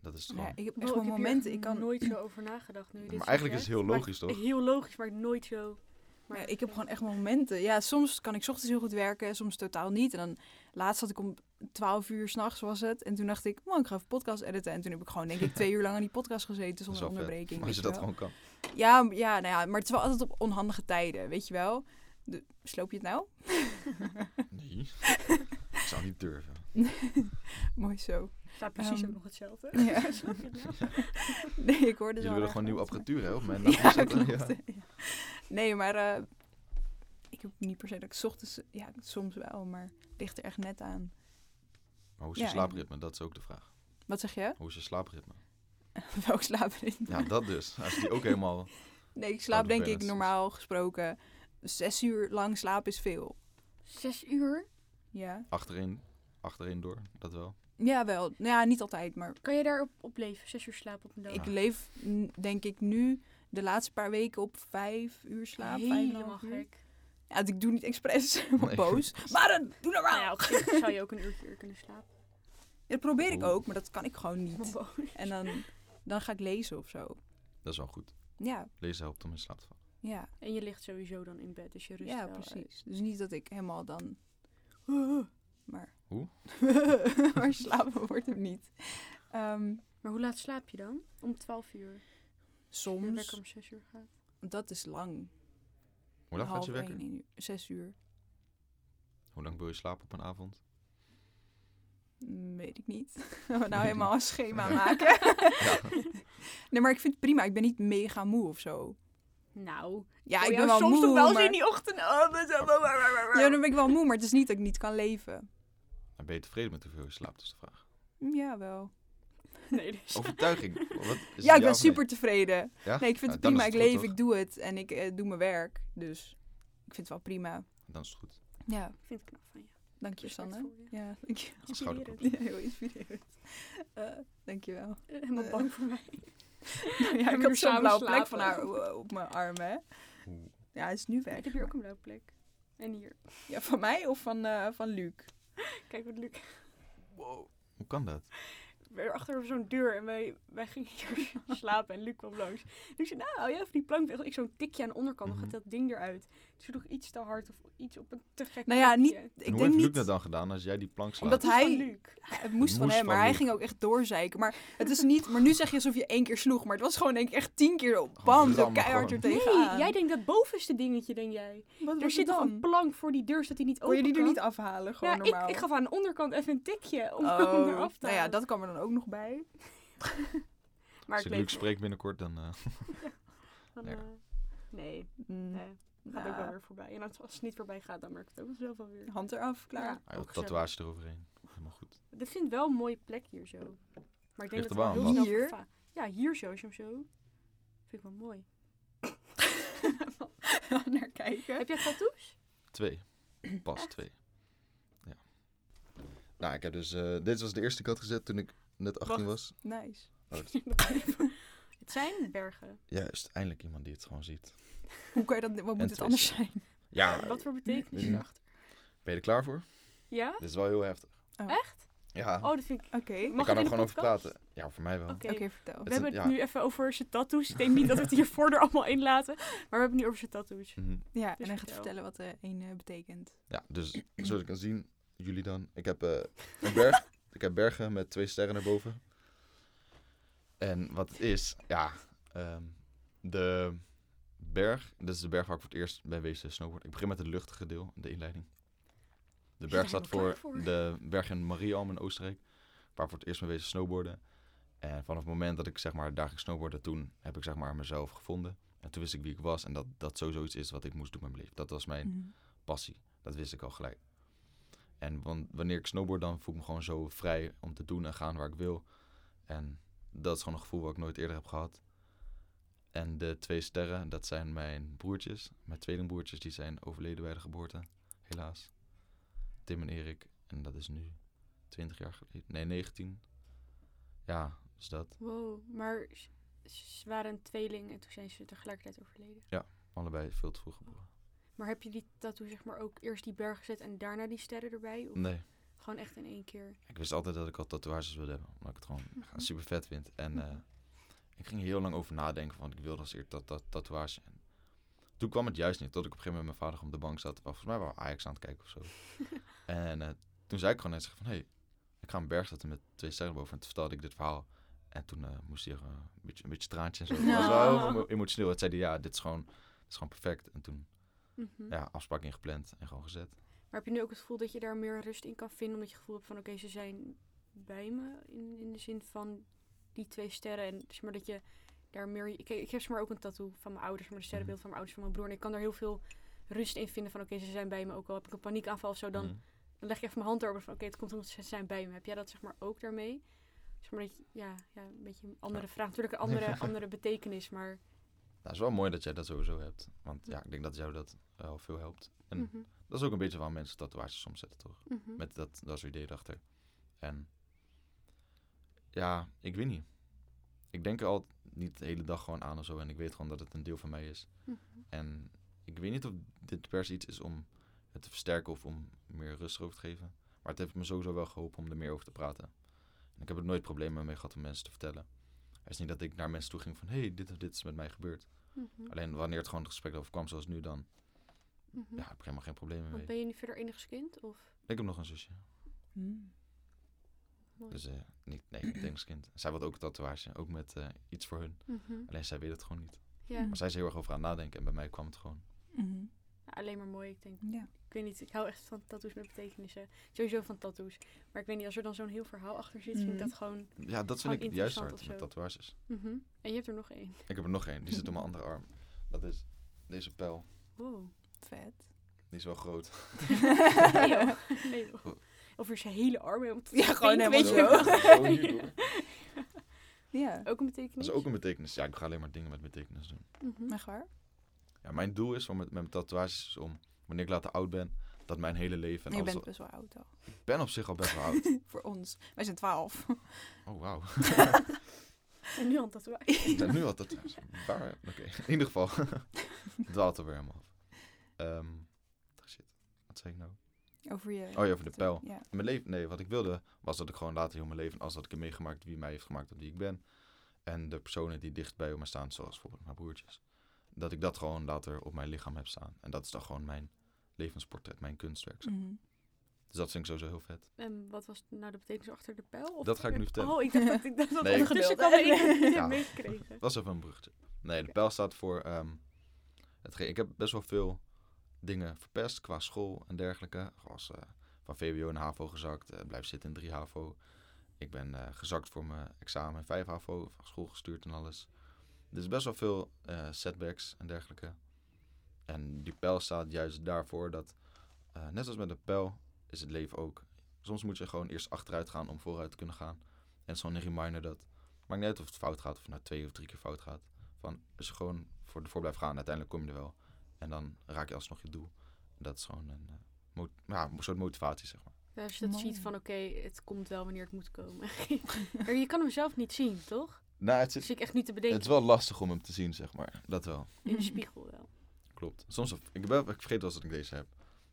C: Dat is het gewoon.
D: Ja, ik heb
A: Wow,
D: echt wel
A: ik heb hier
D: momenten,
A: echt
D: ik kan...
A: nooit zo over nagedacht. Nu je dit
C: maar
A: zo
C: eigenlijk is
A: zegt.
C: het heel
A: Maar
C: logisch, toch?
A: Heel logisch, maar nooit zo. Maar
D: Ja, ik heb gewoon echt wel momenten. Ja, soms kan ik 's ochtends heel goed werken, soms totaal niet. En dan laatst had ik om 12 uur s'nachts was het. En toen dacht ik, man, ik ga even podcast editen. En toen heb ik gewoon denk ik twee uur lang aan die podcast gezeten
C: Dat is
D: zonder
C: wel vet.
D: onderbreking.
C: Maar als je
D: weet
C: dat
D: wel.
C: gewoon kan.
D: Ja, m- ja, nou ja, maar het is wel altijd op onhandige tijden, weet je wel. De, sloop je het nou?
C: Nee. zou niet durven.
D: Mooi zo.
E: Staat precies
D: Ehm,
E: ook nog hetzelfde.
D: ja.
E: Snap je het nou?
D: Nee, ik hoorde ze
C: Jullie
D: al
C: willen
D: erg
C: gewoon nieuwe
D: goed, maar-
C: apparatuur, hè? Op mijn
D: Ja,
C: laptop zetten,
D: klopt. Nee, maar eh, ik heb niet per se dat ik 's ochtends... Ja, soms wel, maar het ligt er echt net aan.
C: Maar hoe is je
D: Ja, ja.
C: slaapritme? Dat is ook de vraag.
D: Wat zeg je?
C: Hoe is je slaapritme?
D: Welk slaapritme?
C: Ja, dat dus. Als je die ook helemaal...
D: Nee, ik
C: Oh,
D: slaap
C: dat
D: denk
C: ben je
D: ik
C: net soms.
D: normaal gesproken zes uur lang slaap is veel.
A: Zes uur?
D: Ja,
C: Achterin, achterin door, dat wel.
D: ja wel. Nou Ja, niet altijd, maar
A: Kan je daarop op leven? Zes uur slaap op een dag?
D: ik leef mm, denk ik nu de laatste paar weken op vijf uur slaap. vijf en een
A: Helemaal
D: half uur.
A: gek.
D: Ja, want ik doe niet expres, maar
C: Nee.
D: boos. Maar dan doe normaal.
A: Nou ja, op zich zou je ook een uurtje eerder kunnen slapen.
D: Ja, dat probeer ik
C: Oeh.
D: ook, maar dat kan ik gewoon niet.
A: Oh,
D: En dan, dan ga ik lezen of zo.
C: Dat is wel goed.
D: Ja,
C: Lezen helpt om in slaap te vallen.
D: ja,
A: En je ligt sowieso dan in bed, dus je rust
D: ja,
A: wel uit.
D: precies. Dus niet dat ik helemaal dan... Maar...
C: Hoe?
D: maar slapen wordt het niet. Ehm,
A: Maar hoe laat slaap je dan? Om 12 uur. Als je wekker
D: soms,
A: om 6 uur gaat.
D: dat is lang.
C: Hoe lang gaat je
D: Half
C: wekker?
D: één, één uur, zes uur.
C: Hoe lang wil je slapen op een avond?
D: Mm, Weet ik niet. Gaan we nou helemaal een schema maken? Nee, maar ik vind het prima. Ik ben niet mega moe of zo.
A: Nou,
D: Ja,
A: oh
D: ik
A: ja,
D: ben wel
A: soms
D: moe,
A: toch wel eens
D: maar...
A: in die ochtend. Oh, dat is
D: Ja, dan ben ik wel moe, maar het is niet dat ik niet kan leven.
C: En ben je tevreden met hoeveel je slaapt, is de vraag.
D: Mm, Ja, wel.
A: Nee, dus.
C: Overtuiging. Wat is
D: ja,
C: het
D: ik ben
C: of nee?
D: super tevreden.
C: Ja?
D: Nee, ik vind
C: Nou,
D: het
C: dan
D: prima. ik
C: is het goed,
D: leef,
C: toch?
D: ik doe het en ik eh, doe mijn werk. Dus ik vind het wel prima.
C: Dan is het goed.
D: Ja,
A: Ik vind het knap van je.
D: dank je,
A: Respect
D: Sanne.
A: voor je.
D: Ja, dank je.
C: Een schouderklopje.
D: Ja, heel inspirerend. Eh dank je wel.
A: Eh, Helemaal bang voor mij.
D: Nou ja, ik
A: uur
D: had zo'n
A: samen
D: blauwe plek van haar
A: slapen.
D: eh, op mijn arm, hè.
C: Oeh.
D: Ja, het is nu
A: Ik
D: weg.
A: heb hier ook een blauwe plek. En hier.
D: Ja, van mij of van, eh, van Luc?
A: Kijk wat Luc.
C: Hoe kan dat?
A: We achter op zo'n deur en wij, wij gingen hier slapen en Luc kwam langs. Luc zei, nou, jij hebt die plank weg. Ik zo'n tikje aan de onderkant, dan gaat
C: Mhm.
A: dat ding eruit. Dus je doet iets te hard of iets op een te gek
D: Nou ja,
A: plekje.
D: niet,
A: Het
D: ik
C: En hoe
D: denk
C: heeft
D: niet,
C: Luc dat dan gedaan als jij die plank slaat?
D: Omdat
A: is
D: hij-
A: van Luc.
D: het moest van
C: moest
D: hem,
C: van
D: maar hij
C: Luc.
D: ging ook echt doorzeiken. Maar het is niet, maar nu zeg je alsof je één keer sloeg, maar het was gewoon denk ik echt tien keer op. Bam, zo
C: rammen
D: keihard er
C: Oh, gewoon.
D: tegenaan.
A: Nee, jij denkt dat bovenste dingetje, denk jij.
D: Wat
A: er zit nog een plank voor die deur, zodat die niet
D: Kon
A: open
D: je die er
A: kan.
D: niet afhalen, gewoon
A: ja,
D: normaal?
A: ik, ik gaf aan de onderkant even een tikje om hem
D: Oh,
A: eraf te
D: nou ja,
A: halen.
D: dat kwam er dan ook nog bij.
A: Maar
C: Als
A: ik
C: ik Luc
A: leef
C: spreekt binnenkort, dan... eh,
A: van,
C: Ja.
A: eh, nee,
D: Mm,
A: nee, gaat ook
D: ja.
A: wel weer voorbij. En als als het niet voorbij gaat, dan merk ik het ook zelf wel weer.
D: Hand eraf, klaar.
A: Ja.
C: hij had
A: Ook
C: tatoeage eroverheen. Helemaal goed.
A: Ik vind wel een mooie plek hier zo. Maar ik denk
C: Ligt
A: dat
C: er
A: we
C: wel
A: heel
D: aan
A: snel
D: wat. Hier?
A: verva- Ja, hier zo, als je hem zo... Vind ik wel mooi.
D: Naar kijken.
A: Heb jij tattoos?
C: Twee. Pas twee. Ja. Nou, ik heb dus... eh, dit was de eerste kat gezet toen ik net 18 was.
D: Nice.
A: het zijn bergen.
C: Juist, eindelijk iemand die het gewoon ziet.
D: Hoe kan je dat, wat
C: En
D: moet het anders
C: twisten.
D: zijn?
C: Ja,
A: Wat voor betekenis
C: Ja.
A: erachter?
C: ben je er klaar voor?
A: Ja?
C: Dit is wel heel heftig.
D: Oh.
A: Echt?
C: Ja,
A: Oh, dat vind ik...
D: Oké,
A: Mag
D: oké,
C: ik kan
A: het
C: er
A: in de
C: gewoon over
A: podcast?
C: praten. Ja, voor mij wel.
A: Oké.
D: vertel.
A: We
C: Het is
A: hebben
C: een-
A: het nu even over zijn tattoos. Ik denk niet dat we het hiervoor er allemaal in laten. Maar we hebben het nu over zijn tattoos.
C: Mhm.
D: Ja, en
A: Dus
D: hij gaat
A: vertel.
D: vertellen wat de een eh, betekent.
C: Ja, dus zoals ik kan zien, jullie dan. Ik heb eh, een berg. ik heb bergen met twee sterren erboven. En wat het is, ja, ehm, de berg, dat is de berg waar ik voor het eerst ben geweest eh, snowboarden. Ik begin met het luchtige deel, de inleiding. De
A: Je
C: berg
A: bent er
C: staat
A: helemaal
C: voor,
A: klaar voor.
C: de berg in Mariealm in Oostenrijk, waar ik voor het eerst ben geweest snowboarden. En vanaf het moment dat ik zeg maar daar ging snowboarden, toen heb ik zeg maar mezelf gevonden. En toen wist ik wie ik was en dat dat sowieso iets is wat ik moest doen met mijn leven. Dat was mijn
D: Mhm.
C: passie. Dat wist ik al gelijk. En wan- wanneer ik snowboard, dan voel ik me gewoon zo vrij om te doen en gaan waar ik wil. En dat is gewoon een gevoel wat ik nooit eerder heb gehad. En de twee sterren, dat zijn mijn broertjes. Mijn tweelingbroertjes, die zijn overleden bij de geboorte, helaas. Tim en Erik. En dat is nu 20 jaar geleden. Nee, 19. Ja, dus dat.
A: Wow, maar ze- ze waren een tweeling en toen zijn ze tegelijkertijd overleden.
C: Allebei veel te vroeg geboren.
A: Maar heb je die tattoo zeg maar ook eerst die berg gezet en daarna die sterren erbij? Of
C: Nee.
A: gewoon echt in één keer?
C: Ik wist altijd dat ik al tatoeages wilde hebben, omdat ik het gewoon
A: Mhm.
C: super vet vind. En eh, ik ging er heel lang over nadenken, want ik wilde als eerst dat, dat tatoeage. En toen kwam het juist niet, tot ik op een gegeven moment met mijn vader op de bank zat. Volgens mij waren we Ajax aan het kijken of zo. en eh, toen zei ik gewoon net, zeg van, hé, hey, ik ga een berg zetten met twee sterren boven. En toen vertelde ik dit verhaal. En toen eh, moest hij er, eh, een, beetje, een beetje traantje en zo. Het was wel heel emo- emotioneel. Het zei hij, ja, dit is gewoon, dit is gewoon perfect. En toen,
A: Mhm.
C: ja, afspraak ingepland en gewoon gezet.
A: Maar heb je nu ook het gevoel dat je daar meer rust in kan vinden? Omdat je het gevoel hebt van, oké, ze zijn bij me. In, in de zin van die twee sterren. En zeg maar dat je daar meer... Ik, ik heb zeg maar ook een tattoo van mijn ouders. Maar een sterrenbeeld van mijn ouders, van mijn broer. En ik kan daar heel veel rust in vinden van, oké, ze zijn bij me. Ook al heb ik een paniekaanval of zo, Oh, dan,
C: Mhm.
A: dan leg ik even mijn hand erover van, oké, het komt omdat ze zijn bij me. Heb jij dat zeg maar ook daarmee? Zeg maar dat je, ja, ja, een beetje een andere vraag. Natuurlijk een andere, andere betekenis, maar...
C: Dat Nou, is wel mooi dat jij dat sowieso hebt. Want ja, ik denk dat jou dat eh, wel veel helpt. En
A: Mhm,
C: dat is ook een beetje waarom mensen tatoeages soms zetten, toch?
A: mhm.
C: Met dat, dat soort idee erachter. En ja, ik weet niet. Ik denk er al niet de hele dag gewoon aan of zo. En ik weet gewoon dat het een deel van mij is.
A: Mhm.
C: En ik weet niet of dit per se iets is om het te versterken of om meer rust over te geven. Maar het heeft me sowieso wel geholpen om er meer over te praten. En ik heb er nooit problemen mee gehad om mensen te vertellen. Het is niet dat ik naar mensen toe ging van, hé, hey, dit of dit is met mij gebeurd.
A: Mhm,
C: Alleen wanneer het gewoon het gesprek over kwam, zoals nu, dan
A: mhm.
C: ja, heb ik helemaal geen problemen
A: Want
C: mee.
A: ben je nu verder enigskind? Of?
C: Ik heb nog een zusje.
D: Mm-hmm.
A: Mooi.
C: Dus eh, niet, nee, niet enigskind. Zij wil ook een tatoeage, ook met eh, iets voor hun.
A: Mhm.
C: Alleen zij weet het gewoon niet.
A: Ja,
C: Maar zij is heel erg over aan het nadenken en bij mij kwam het gewoon.
D: Mhm.
A: nou, alleen maar mooi. Ik denk,
D: Ja.
A: ik weet niet, ik hou echt van tattoos met betekenissen. Sowieso van tattoos. Maar ik weet niet, als er dan zo'n heel verhaal achter zit, vind ik
D: Mhm.
A: dat gewoon...
C: Ja, dat
A: Gewoon
C: vind ik het juiste
A: interessant
C: hard met
A: of zo.
C: tatoeages.
A: Mhm. En je hebt er nog één.
C: Ik heb er nog één, die zit op mijn andere arm. Dat is deze pijl.
A: Wow.
D: Vet.
C: Die is wel groot.
A: nee, joh. Nee, joh. Of er zijn hele arm helemaal tot
D: Ja,
A: zijn
D: gewoon
A: pink,
D: helemaal
A: weet je
C: Zo
A: wel.
C: hier doen.
A: Ja. Ook
D: Ja.
A: een
C: Dat
A: betekenis?
C: is ook een betekenis. Ja, ik ga alleen maar dingen met betekenis doen.
A: Mhm.
D: Echt waar?
C: Ja, mijn doel is om met, met mijn tatoeages is om, wanneer ik later oud ben, dat mijn hele leven en
D: je
C: alles...
D: bent best wel oud al.
C: Ik ben op zich al best wel oud.
D: Voor ons. Wij zijn twaalf.
C: Oh, wauw.
A: En nu al tatoeage.
C: Ik ben nu al tatoeages. Waar? Oké, in ieder geval. Het dwaalt alweer helemaal af. Ehm, shit, wat zei ik nou?
D: Over je...
C: Oh ja, over de pijl.
D: Ja.
C: mijn leven, nee, wat ik wilde was dat ik gewoon later heel mijn leven, als dat ik heb meegemaakt wie mij heeft gemaakt en wie ik ben. En de personen die dicht bij me staan, zoals bijvoorbeeld mijn broertjes. Dat ik dat gewoon later op mijn lichaam heb staan. En dat is dan gewoon mijn levensportret, mijn kunstwerk.
B: Hm.
D: Mhm.
C: Dus dat vind ik sowieso heel vet.
A: En wat was nou de betekenis achter de pijl? Of
C: Dat ga ik nu vertellen.
A: Oh, ik dacht dat ik dacht dat
C: Nee.
A: ondertussen kwam
D: Ongeduld,
A: en ik
D: hè?
A: heb het niet
C: Ja.
A: meegekregen.
C: Dat is even een bruggetje. Nee, de pijl staat voor... ehm hetgeen, ik heb best wel veel dingen verpest qua school en dergelijke. Zoals eh, van VWO naar HAVO gezakt, eh, blijf zitten in 3 HAVO. Ik ben eh, gezakt voor mijn examen in 5 HAVO, van school gestuurd en alles. Dus best wel veel eh, setbacks en dergelijke. En die pijl staat juist daarvoor dat, eh, net als met een pijl, is het leven ook. Soms moet je gewoon eerst achteruit gaan om vooruit te kunnen gaan. En het is gewoon een reminder dat, maakt niet uit of het fout gaat of het nou twee of drie keer fout gaat. Van, als je gewoon voor, ervoor blijft gaan, uiteindelijk kom je er wel. En dan raak je alsnog je doel. Dat is gewoon een eh, mo- ja, een soort motivatie, zeg maar.
A: Ja, Als je dat
D: Mooi.
A: ziet van, oké, het komt wel wanneer het moet komen. maar je kan hem zelf niet zien, toch?
C: Nou, het,
A: Dus ik echt niet te bedenken.
C: is wel lastig om hem te zien, zeg maar. Dat wel.
A: In de spiegel wel.
C: Klopt. Soms, ik, ben, ik vergeet wel eens dat ik deze heb.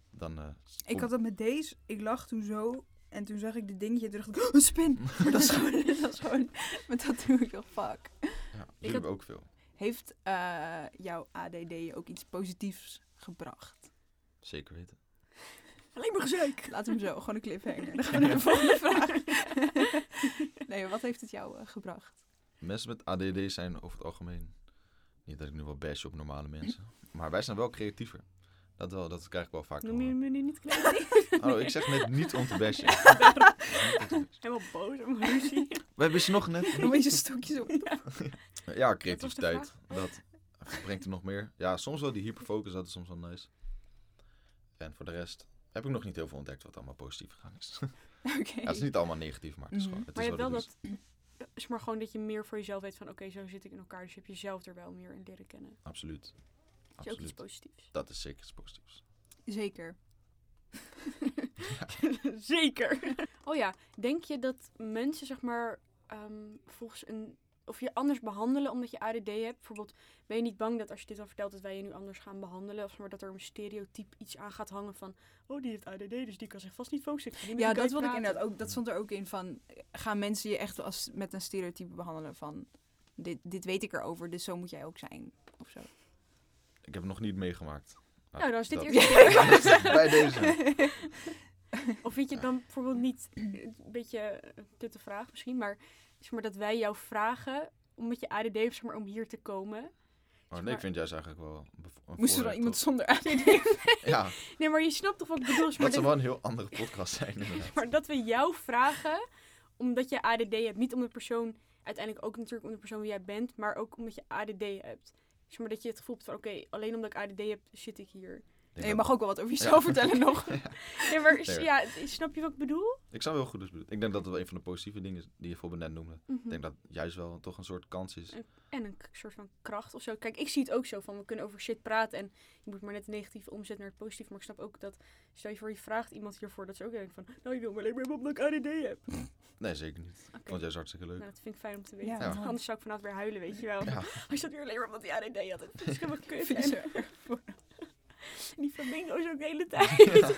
C: Dan, eh,
D: Ik had dat met deze. Ik lag toen zo. En toen zag ik dit dingetje terug. dacht ik, Oh, een spin. Maar dat is gewoon... dat is gewoon met dat doe ik wel fuck.
C: ja,
A: ik
C: ik
A: had-
C: heb ook veel.
D: Heeft eh, jouw ADD je ook iets positiefs gebracht?
C: Zeker weten.
D: Alleen maar gezeik. Laat hem zo. Gewoon een cliffhanger. Dan gaan we naar de volgende vraag. nee, wat heeft het jou eh, gebracht?
C: Mensen met ADD zijn over het algemeen... Niet dat ik nu wel bash op normale mensen. Maar wij zijn wel creatiever. Dat wel, dat krijg ik wel vaak. te
A: Noem je
C: horen.
A: me nu niet klein?
C: Oh, ik zeg net niet om te bashen.
A: Helemaal boos om ruzie.
C: We wisten nog net...
D: Een beetje stokjes op.
C: Ja,
A: was de
C: creativiteit. Dat brengt er nog meer. Ja, soms wel die hyperfocus, dat is soms wel nice. En voor de rest heb ik nog niet heel veel ontdekt wat allemaal positief gegaan is.
D: Oké.
C: Ja, het is niet allemaal negatief, maar het is
D: Mhm.
C: gewoon... Het
A: Maar
C: is
A: je hebt
C: wat
A: wel
C: het is.
A: dat... Is maar gewoon dat je meer voor jezelf weet van... Oké, zo zit ik in elkaar. Dus je hebt jezelf er wel meer in leren kennen.
C: Absoluut.
A: Dat is ook iets
C: Absoluut.
A: positiefs.
C: Dat is zeker iets positiefs.
D: Zeker.
A: Zeker. Oh ja, denk je dat mensen zeg maar... ehm, volgens een... Of je anders behandelen omdat je ADD hebt. Bijvoorbeeld, ben je niet bang dat als je dit dan vertelt... dat wij je nu anders gaan behandelen? Of zeg maar dat er een stereotype iets aan gaat hangen van... Oh, die heeft ADD, dus die kan zich vast niet focussen. Die moet
D: Ja,
A: niet
D: dat wilde ik
A: praten.
D: inderdaad ook. Dat stond er ook in van. eh, Gaan mensen je echt als met een stereotype behandelen van. Dit, dit weet ik erover, dus zo moet jij ook zijn. Of zo.
C: Ik heb het nog niet meegemaakt.
A: Nou,
C: Nou,
A: dan is dit
C: dat-
A: eerst keer.
C: Dat is Bij deze.
A: Of vind je het dan bijvoorbeeld niet, een beetje een tutte vraag misschien, maar, zeg maar dat wij jou vragen om met je ADD of zeg maar, om hier te komen.
C: Oh, nee,
A: maar-
C: ik vind juist eigenlijk wel... een bevo- een
D: Moest er dan
C: voorrecht
D: iemand
C: op-
D: zonder ADD?
C: Ja,
A: Nee, maar je snapt toch wat ik bedoel?
C: dat
A: maar,
C: zou
A: dat,
C: wel een heel andere podcast zijn. inderdaad.
A: maar dat we jou vragen omdat je ADD hebt. Niet om de persoon, uiteindelijk ook natuurlijk om de persoon wie jij bent, maar ook omdat je ADD hebt. Dus maar dat je het gevoel hebt van, oké, alleen omdat ik ADD heb, zit ik hier.
C: Ik
D: Nee,
C: denk
D: je mag
C: dat-
D: ook wel wat over jezelf vertellen nog.
A: Nee, maar
C: Nee.
A: ja, snap je wat ik bedoel?
C: Ik zou wel goed dus bedoelen. Ik denk dat dat wel een van de positieve dingen is die je voor net noemde.
A: Hm.
C: Ik denk dat het juist wel toch een soort kans is.
A: Mhm. En een k- soort van kracht of zo. Kijk, ik zie het ook zo van, we kunnen over shit praten en je moet maar net het negatieve omzetten naar het positieve. Maar ik snap ook dat, stel je voor, je vraagt iemand hiervoor, dat ze ook denken van, nou, ik wil maar alleen maar omdat ik ADD heb.
C: Nee, zeker niet.
A: Oké.
C: Ik vond juist hartstikke leuk.
A: Nou, dat vind ik fijn om te weten.
D: Ja.
A: Want Anders zou ik vanavond weer huilen, weet je wel.
C: Ja.
A: Als dat weer alleen maar omdat die ADD had. Dat is dus helemaal kut.
D: Vind je
A: En- En die flamingo's ook de hele tijd.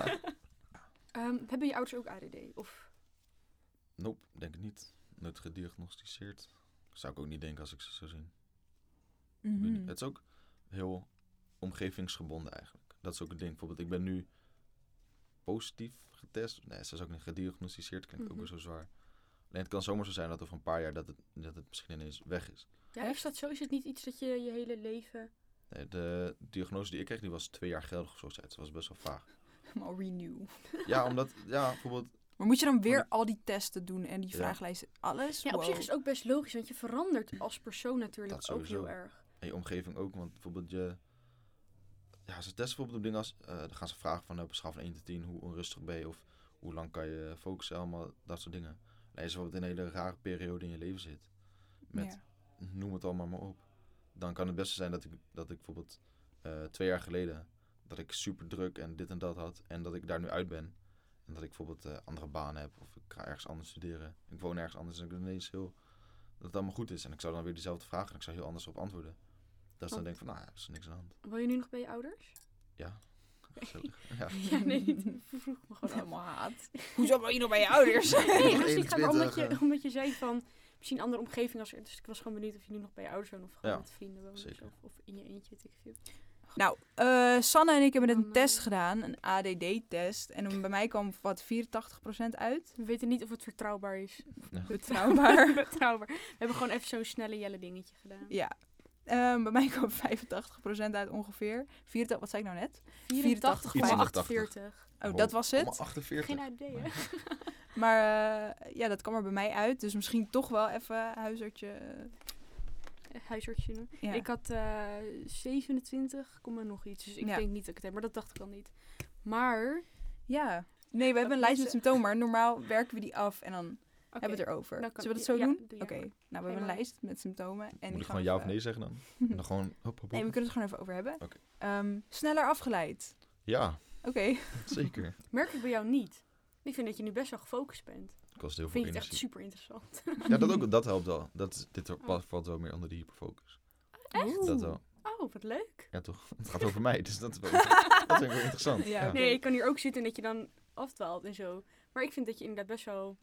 A: Ehm, hebben je ouders ook ADD? Of...
C: Nope, denk het niet. Net gediagnosticeerd. Zou ik ook niet denken als ik ze zou zien.
D: Mhm.
C: Ik
A: Mhm.
C: weet niet. Het is ook heel omgevingsgebonden eigenlijk. Dat is ook het ding. Bijvoorbeeld, ik ben nu positief getest. Nee, ze is ook niet gediagnosticeerd. Klinkt ook
A: Mhm.
C: weer zo zwaar. Alleen het kan zomaar zo zijn dat over een paar jaar dat het, dat het misschien ineens weg is.
A: Ja, is dat zo? Is het niet iets dat je je hele leven...
C: Nee, de diagnose die ik kreeg, die was twee jaar geldig of zo. zei het. Ze was best wel vaag.
D: Maar renew.
C: Ja, omdat, ja, bijvoorbeeld,
D: Maar moet je dan weer al die testen doen en die
C: Ja.
D: vraaglijsten? Alles?
A: Ja, op
D: Wow.
A: zich is het ook best logisch, want je verandert als persoon natuurlijk
C: Dat
A: ook
C: sowieso.
A: heel erg.
C: En je omgeving ook, want bijvoorbeeld je... Ja, ze testen bijvoorbeeld op dingen als... eh, dan gaan ze vragen van eh, op een schaal van 1 tot 10, hoe onrustig ben je? Of hoe lang kan je focussen? Allemaal dat soort dingen. En als je bijvoorbeeld in een hele rare periode in je leven zit. Met,
D: Ja.
C: noem het allemaal maar op. Dan kan het best zijn dat ik, dat ik bijvoorbeeld eh, twee jaar geleden... Dat ik super druk en dit en dat had. En dat ik daar nu uit ben. En dat ik bijvoorbeeld eh, andere banen heb. Of ik ga ergens anders studeren. Ik woon ergens anders. En ik ineens heel... Dat het allemaal goed is. En ik zou dan weer dezelfde vragen. En ik zou heel anders op antwoorden. Dat ze
A: Want-
C: dan denken van, nou, er is niks aan de hand.
A: Wil je nu nog bij je ouders?
C: Ja, gezellig. Ja.
A: Ja, nee, niet. vroeg me gewoon af.
D: Allemaal haat. Hoezo ben je nog bij je ouders?
A: Nee, dus ik ga maar
C: 21,
A: omdat je,
C: eh.
A: omdat je zei van misschien een andere omgeving als dus ik was gewoon benieuwd of je nu nog bij je ouders woont of gewoon
C: Ja,
A: met vrienden woont of,
C: zeker.
A: zo, of in je eentje, weet ik veel.
D: Nou, eh, Sanne en ik hebben net
A: Oh,
D: een test
A: nee.
D: gedaan, een ADD-test. En bij mij kwam wat 84% uit.
A: We weten niet of het vertrouwbaar is.
D: Betrouwbaar.
A: Betrouwbaar. We hebben gewoon even zo'n snelle jelle dingetje gedaan.
D: ja. Ehm, bij mij kwam 85% uit ongeveer. 84, wat zei ik nou net?
A: 84
C: Iets
A: bij
C: van
A: 48.
D: Oh,
C: Oh,
D: dat was het.
C: Allemaal 48.
A: Geen idee, hè?
C: Nee.
D: Maar eh, ja, dat kwam er bij mij uit. Dus misschien toch wel even huisartje. eh,
A: Eh, Huisartsje doen.
D: Ja.
A: Ik had eh 27, komma nog iets. Dus ik
D: Ja.
A: denk niet dat ik het heb, maar dat dacht ik al niet. Maar...
D: ja. Nee, we hebben een lijst met symptomen. Maar normaal werken we die af en dan
A: dus- oké.
D: hebben we het erover.
A: Nou, kan-
D: Zullen we dat zo
A: ja,
D: doen?
A: doe jij
D: Oké.
A: maar.
D: Nou, we hebben een
A: maar.
D: lijst met symptomen. En
C: Moet
D: die
C: ik
D: gaan
C: gewoon
D: we
C: ja of
D: even-
C: nee zeggen dan? En dan gewoon... Hop, hop,
D: Nee, we
C: hop.
D: kunnen het gewoon even over hebben.
C: Oké.
D: Ehm, sneller afgeleid.
C: Ja,
D: Oké.
C: zeker.
A: Merk ik bij jou niet. Ik vind dat je nu best wel gefocust bent.
C: Kost heel
A: Ik vind
C: veel
A: je het echt
C: energie.
A: super interessant.
C: Ja, dat, ook, dat helpt wel. Dat, is- dit er-
D: Oh.
C: pa- valt wel meer onder de hyperfocus.
A: Echt?
C: Dat wel.
A: Oh, wat leuk.
C: Ja, toch? Het gaat over mij, dus dat is wel, dat vind ik wel interessant.
D: Ja,
C: Ja,
D: oké.
A: Nee, ik kan hier ook zitten en dat je dan afdwaalt en zo. Maar ik vind dat je inderdaad best wel...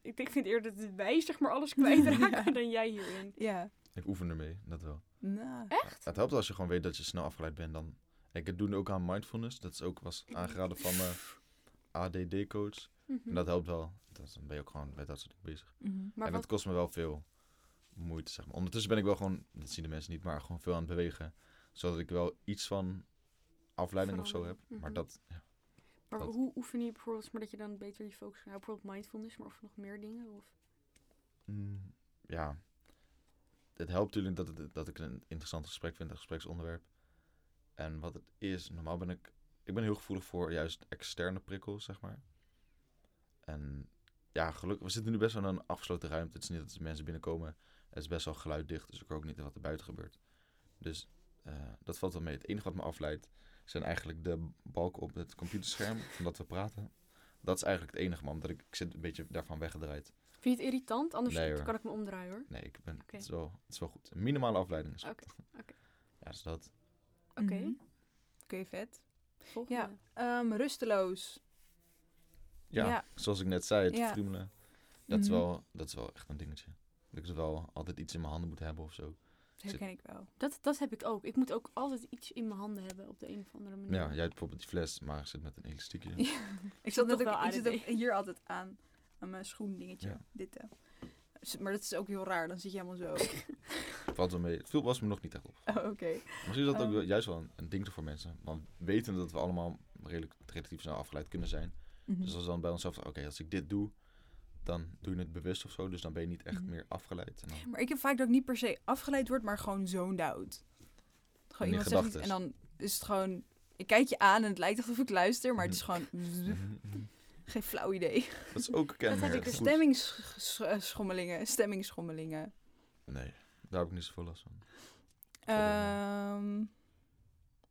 A: Ik, ik vind eerder dat wij zeg maar alles kwijtraken
D: Ja.
A: dan jij hierin.
D: Ja.
C: Ik oefen ermee, dat wel.
D: Nou.
A: Echt?
C: Het helpt als je gewoon weet dat je snel afgeleid bent. Dan... Ik doe nu ook aan mindfulness. Dat is ook was aangeraden van eh, mijn ADD-coach. En dat helpt wel. Dat, is- dan ben je ook gewoon met dat soort dingen bezig.
A: Mhm. Hm.
D: Mm-hmm.
A: Maar
C: en
A: wat...
C: dat kost me wel veel moeite, zeg maar. Ondertussen ben ik wel gewoon, dat zien de mensen niet, maar gewoon veel aan het bewegen. Zodat ik wel iets van afleiding of zo heb.
A: Verandering.
C: Maar
A: Mhm.
C: dat, ja.
A: Maar
C: Dat-
A: hoe oefen je bijvoorbeeld, maar dat je dan beter je focus kan houden? Bijvoorbeeld mindfulness, maar of nog meer dingen? Of...
C: Mm, ja. Het helpt natuurlijk dat, het, dat ik een interessant gesprek vind, een gespreksonderwerp. En wat het is, normaal ben ik, ik ben heel gevoelig voor juist externe prikkels, zeg maar. En ja, gelukkig, we zitten nu best wel in een afgesloten ruimte. Het is niet dat er mensen binnenkomen. Het is best wel geluiddicht, dus ik hoor ook niet wat er buiten gebeurt. Dus eh, dat valt wel mee. Het enige wat me afleidt zijn eigenlijk de balken op het computerscherm, omdat we praten. Dat is eigenlijk het enige, man, omdat ik, ik zit een beetje daarvan weggedraaid.
A: Vind je het irritant? Anders
C: Nee, hoor.
A: kan ik me omdraaien hoor.
C: Nee, ik ben,
A: Oké.
C: het, is wel, het is wel goed. Een minimale afleiding is
A: Oké,
C: goed.
A: oké.
C: Ja, dus dat.
A: Oké,
D: Mhm. Oké, vet.
A: volgende.
D: Ja. Ehm, rusteloos.
C: Ja,
D: Ja.
C: zoals ik net zei, het
D: Ja.
C: friemelen. Dat, is
D: Mhm.
C: wel, dat is wel echt een dingetje. Dat ik het wel altijd iets in mijn handen moet hebben of zo.
D: Dat herken ik wel.
A: Dat, dat heb ik ook. Ik moet ook altijd iets in mijn handen hebben op de een of andere manier.
C: Nou Ja, jij hebt bijvoorbeeld die fles, maar ik zit met een elastiekje.
D: ik zat
A: toch
D: net ook,
A: wel
D: ik zit
A: ADD.
D: ook hier altijd aan. Aan mijn schoendingetje.
C: Ja.
D: Dit. eh. S- Maar dat is ook heel raar, dan zit je helemaal zo.
C: Valt wel mee. Het viel was me nog niet echt op.
D: Oh, Oké.
C: Misschien is dat ook
D: Ehm.
C: wel- juist wel een, een ding voor mensen. Want weten dat we allemaal redelijk, relatief snel afgeleid kunnen zijn.
D: Mhm.
C: Dus als we dan bij onszelf, oké, als ik dit doe, dan doe je het bewust of zo. Dus dan ben je niet echt
D: Mhm.
C: meer afgeleid. En dan,
D: Maar ik heb vaak dat ik niet per se afgeleid word, maar gewoon zoned out. Gewoon
C: In je
D: iemand zegt iets
C: gedachtes.
D: en dan is het gewoon... Ik kijk je aan en het lijkt alsof ik luister, maar het is
C: Mhm.
D: gewoon... Geen flauw idee.
C: dat is ook een
D: Dat
C: kenmerk.
D: heb ik. dus
C: Goed.
D: Stemmingsschommelingen. Stemmingsschommelingen.
C: Nee, daar heb ik niet zoveel last van.
D: Ehm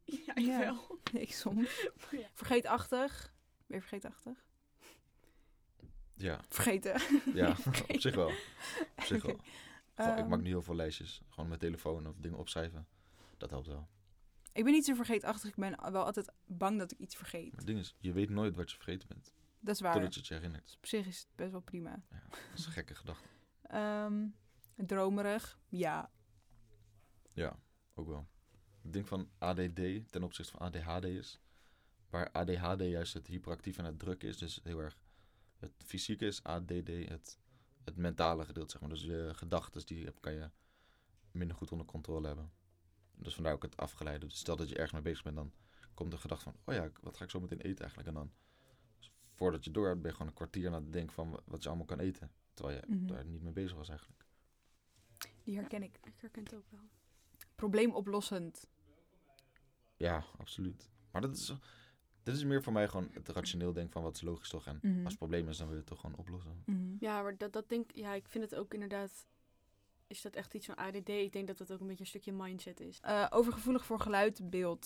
E: Ja, ik
D: Ja.
E: wel.
D: ik soms.
E: Ja.
D: Vergeetachtig. Ben je vergeetachtig?
C: Ja,
D: Vergeten.
C: ja op zich wel. Op zich wel. Gewoon, ik
D: Ehm,
C: maak niet heel veel lijstjes. Gewoon met telefoon of dingen opschrijven. Dat helpt wel.
D: ik ben niet zo vergeetachtig. Ik ben wel altijd bang dat ik iets vergeet.
C: Maar het ding is, je weet nooit wat je vergeten bent.
D: Dat is waar.
C: Totdat je het je herinnert.
D: Dus op zich is het best wel prima.
C: Dat is een gekke gedachte.
D: Ehm, dromerig. Ja.
C: Ja, ook wel. Ik denk van ADD ten opzichte van ADHD is. Waar ADHD juist het hyperactief en het druk is. Dus heel erg het fysieke is. ADD het, het mentale gedeelte, zeg maar. Dus je gedachten die je hebt, kan je minder goed onder controle hebben. Dus vandaar ook het afgeleide. Dus stel dat je ergens mee bezig bent, dan komt de gedachte van... Oh ja, ik- wat ga ik zo meteen eten eigenlijk? En dan, dus voordat je door hebt, ben je gewoon een kwartier aan het denken van wat je allemaal kan eten. Terwijl je
D: Mhm.
C: daar niet mee bezig was eigenlijk.
D: Die herken ik.
A: Ik herken het ook wel.
D: Probleemoplossend.
C: Ja, absoluut. Maar dat is, dat is meer voor mij gewoon het rationeel denken van wat is logisch toch. En
D: Mhm.
C: als het probleem is, dan wil je het toch gewoon oplossen.
E: Ja, maar dat, dat denk ja, ik vind het ook inderdaad... Is dat echt iets van ADD? Ik denk dat dat ook een beetje een stukje mindset is.
D: Eh, overgevoelig voor geluid, beeld.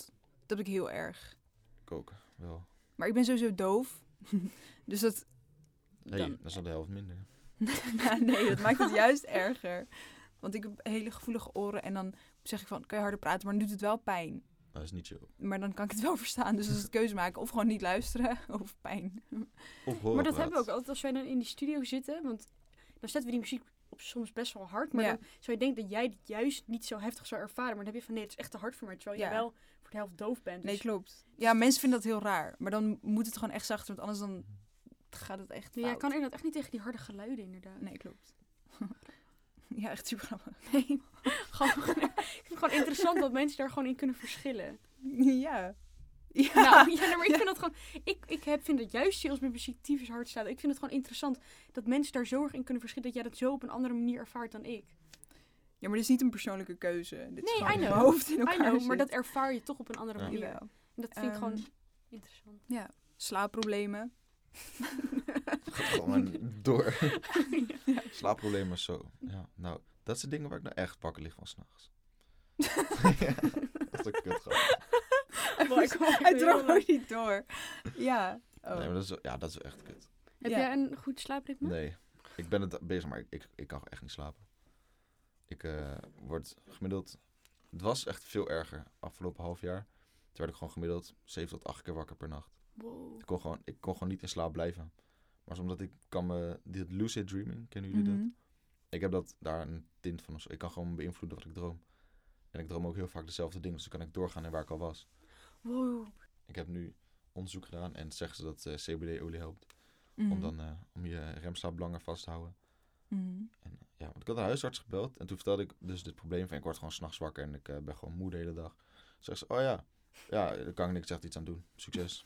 D: Dat heb ik heel erg.
C: Ik ook, wel.
D: Maar ik ben sowieso doof. dus dat...
C: Nee,
D: dan-
C: dan is dat de helft minder.
D: Ja, nee, dat maakt het juist erger. Want ik heb hele gevoelige oren en dan zeg ik van, kan je harder praten, maar dan doet het wel pijn.
C: Dat is niet zo.
D: Maar dan kan ik het wel verstaan. Dus dat is het keuze maken. Of gewoon niet luisteren, of pijn.
C: Of horen
A: Maar dat
C: praten.
A: hebben we ook altijd als wij dan in die studio zitten. Want dan zetten we die muziek op soms best wel hard. Maar
D: Ja.
A: dan zou je denken dat jij het juist niet zo heftig zou ervaren. Maar dan heb je van nee, het is echt te hard voor mij. Terwijl
D: Ja.
A: je wel voor de helft doof bent.
D: Nee,
A: Dus-
D: klopt. Ja, mensen vinden dat heel raar. Maar dan moet het gewoon echt zachter, want anders dan gaat het echt
A: Nee,
D: fout.
A: jij kan inderdaad echt niet tegen die harde geluiden inderdaad.
D: Nee, klopt. ja, echt super grappig.
A: Nee. gewoon, ik vind het gewoon interessant dat mensen daar gewoon in kunnen verschillen.
D: Ja. Ja.
A: Nou, ja, nee, maar ik vind dat gewoon... Ik, ik heb, vind dat juist sales met muziek tyfus hard staat. Ik vind het gewoon interessant dat mensen daar zo erg in kunnen verschillen. Dat jij dat zo op een andere manier ervaart dan ik.
D: Ja, maar dit is niet een persoonlijke keuze. Dit is
A: Nee,
D: gewoon
A: I
D: je
A: know.
D: hoofd in
A: I
D: elkaar
A: know, maar
D: zit.
A: dat ervaar je toch op een andere
C: Ja.
A: manier.
D: Jawel.
A: En dat vind ik
D: Ehm,
A: gewoon interessant.
D: Slaapproblemen.
C: Gewoon door. Slaapproblemen zo. Ja, nou, dat zijn dingen waar ik nou echt pakken lig van s'nachts. ja, dat is een kut
E: Maar ik hoor
D: Hij
E: het
D: droomt
E: heel
D: ook niet door. Ja. Oh.
C: Nee, maar dat is, wel- ja, dat is wel echt kut.
A: Heb
D: Ja.
A: jij een goed slaapritme?
C: Nee, ik ben het bezig, maar ik, ik, ik kan echt niet slapen. Ik eh, word gemiddeld... Het was echt veel erger afgelopen half jaar. Toen werd ik gewoon gemiddeld 7 tot 8 keer wakker per nacht.
A: Wow.
C: Ik kon gewoon, ik kon gewoon niet in slaap blijven. Maar omdat ik kan me... Dit lucid dreaming, kennen jullie dat?
D: Mhm.
C: Ik heb dat daar een tint van of zo. Ik kan gewoon beïnvloeden wat ik droom. En ik droom ook heel vaak dezelfde dingen. Dus dan kan ik doorgaan naar waar ik al was.
A: Wow.
C: Ik heb nu onderzoek gedaan en zeggen ze dat eh, CBD-olie helpt.
D: Mhm.
C: Om, dan, eh, om je remslaap langer vast te houden.
D: Mhm.
C: En, eh, ja, want ik had de huisarts gebeld. En toen vertelde ik dus dit probleem van ik word gewoon s'nachts wakker en ik eh, ben gewoon moe de hele dag. Zeg ze, oh ja, ja, daar kan ik niks echt iets aan doen. Succes.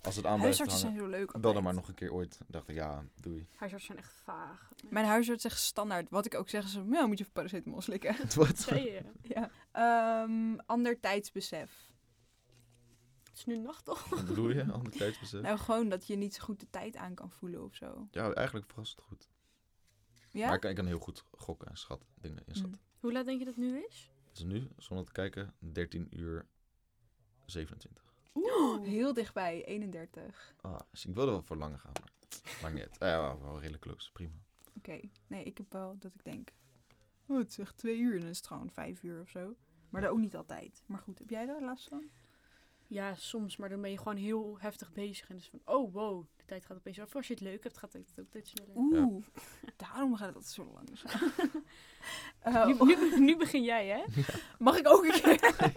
C: Als het aan blijft
D: Huisartsen
C: hangen,
D: zijn zo leuk.
C: bel dan
D: altijd.
C: maar nog een keer ooit. Dan dacht ik, ja, doei.
A: Huisartsen zijn echt vaag.
D: Mijn huisarts zegt standaard. Wat ik ook zeg is, nou moet je even paracetamol slikken.
C: Het wordt...
A: Zei je?
D: ja. Ehm, ander tijdsbesef.
A: Het is nu nacht toch?
C: Wat bedoel je? Ander tijdsbesef?
D: Nou, gewoon dat je niet zo goed de tijd aan kan voelen of zo.
C: Ja, eigenlijk verrassend goed.
D: Ja? Mm.
C: Maar ik kan, ik kan heel goed gokken en schatten, dingen inschatten.
A: Hoe laat denk je dat het nu is?
C: Dus nu, zonder te kijken, 13 uur 27.
D: Oeh, heel dichtbij, 31.
C: Ah, dus ik wilde wel voor langer gaan, maar maakt niet uit. Ah ja, wel redelijk close, prima.
D: Oké, nee, ik heb wel dat ik denk... Oh, het is echt twee uur en dan is het gewoon vijf uur of zo. Maar dat ook niet altijd. Maar goed, heb jij daar last van?
A: Ja, soms, maar dan ben je gewoon heel heftig bezig. En dus van, oh wow, de tijd gaat opeens af. Als je het leuk hebt, gaat het ook steeds sneller.
D: Oeh, daarom gaat het altijd zo lang. Eh,
A: Nu, nu, nu begin jij, hè?
D: mag ik ook een keer?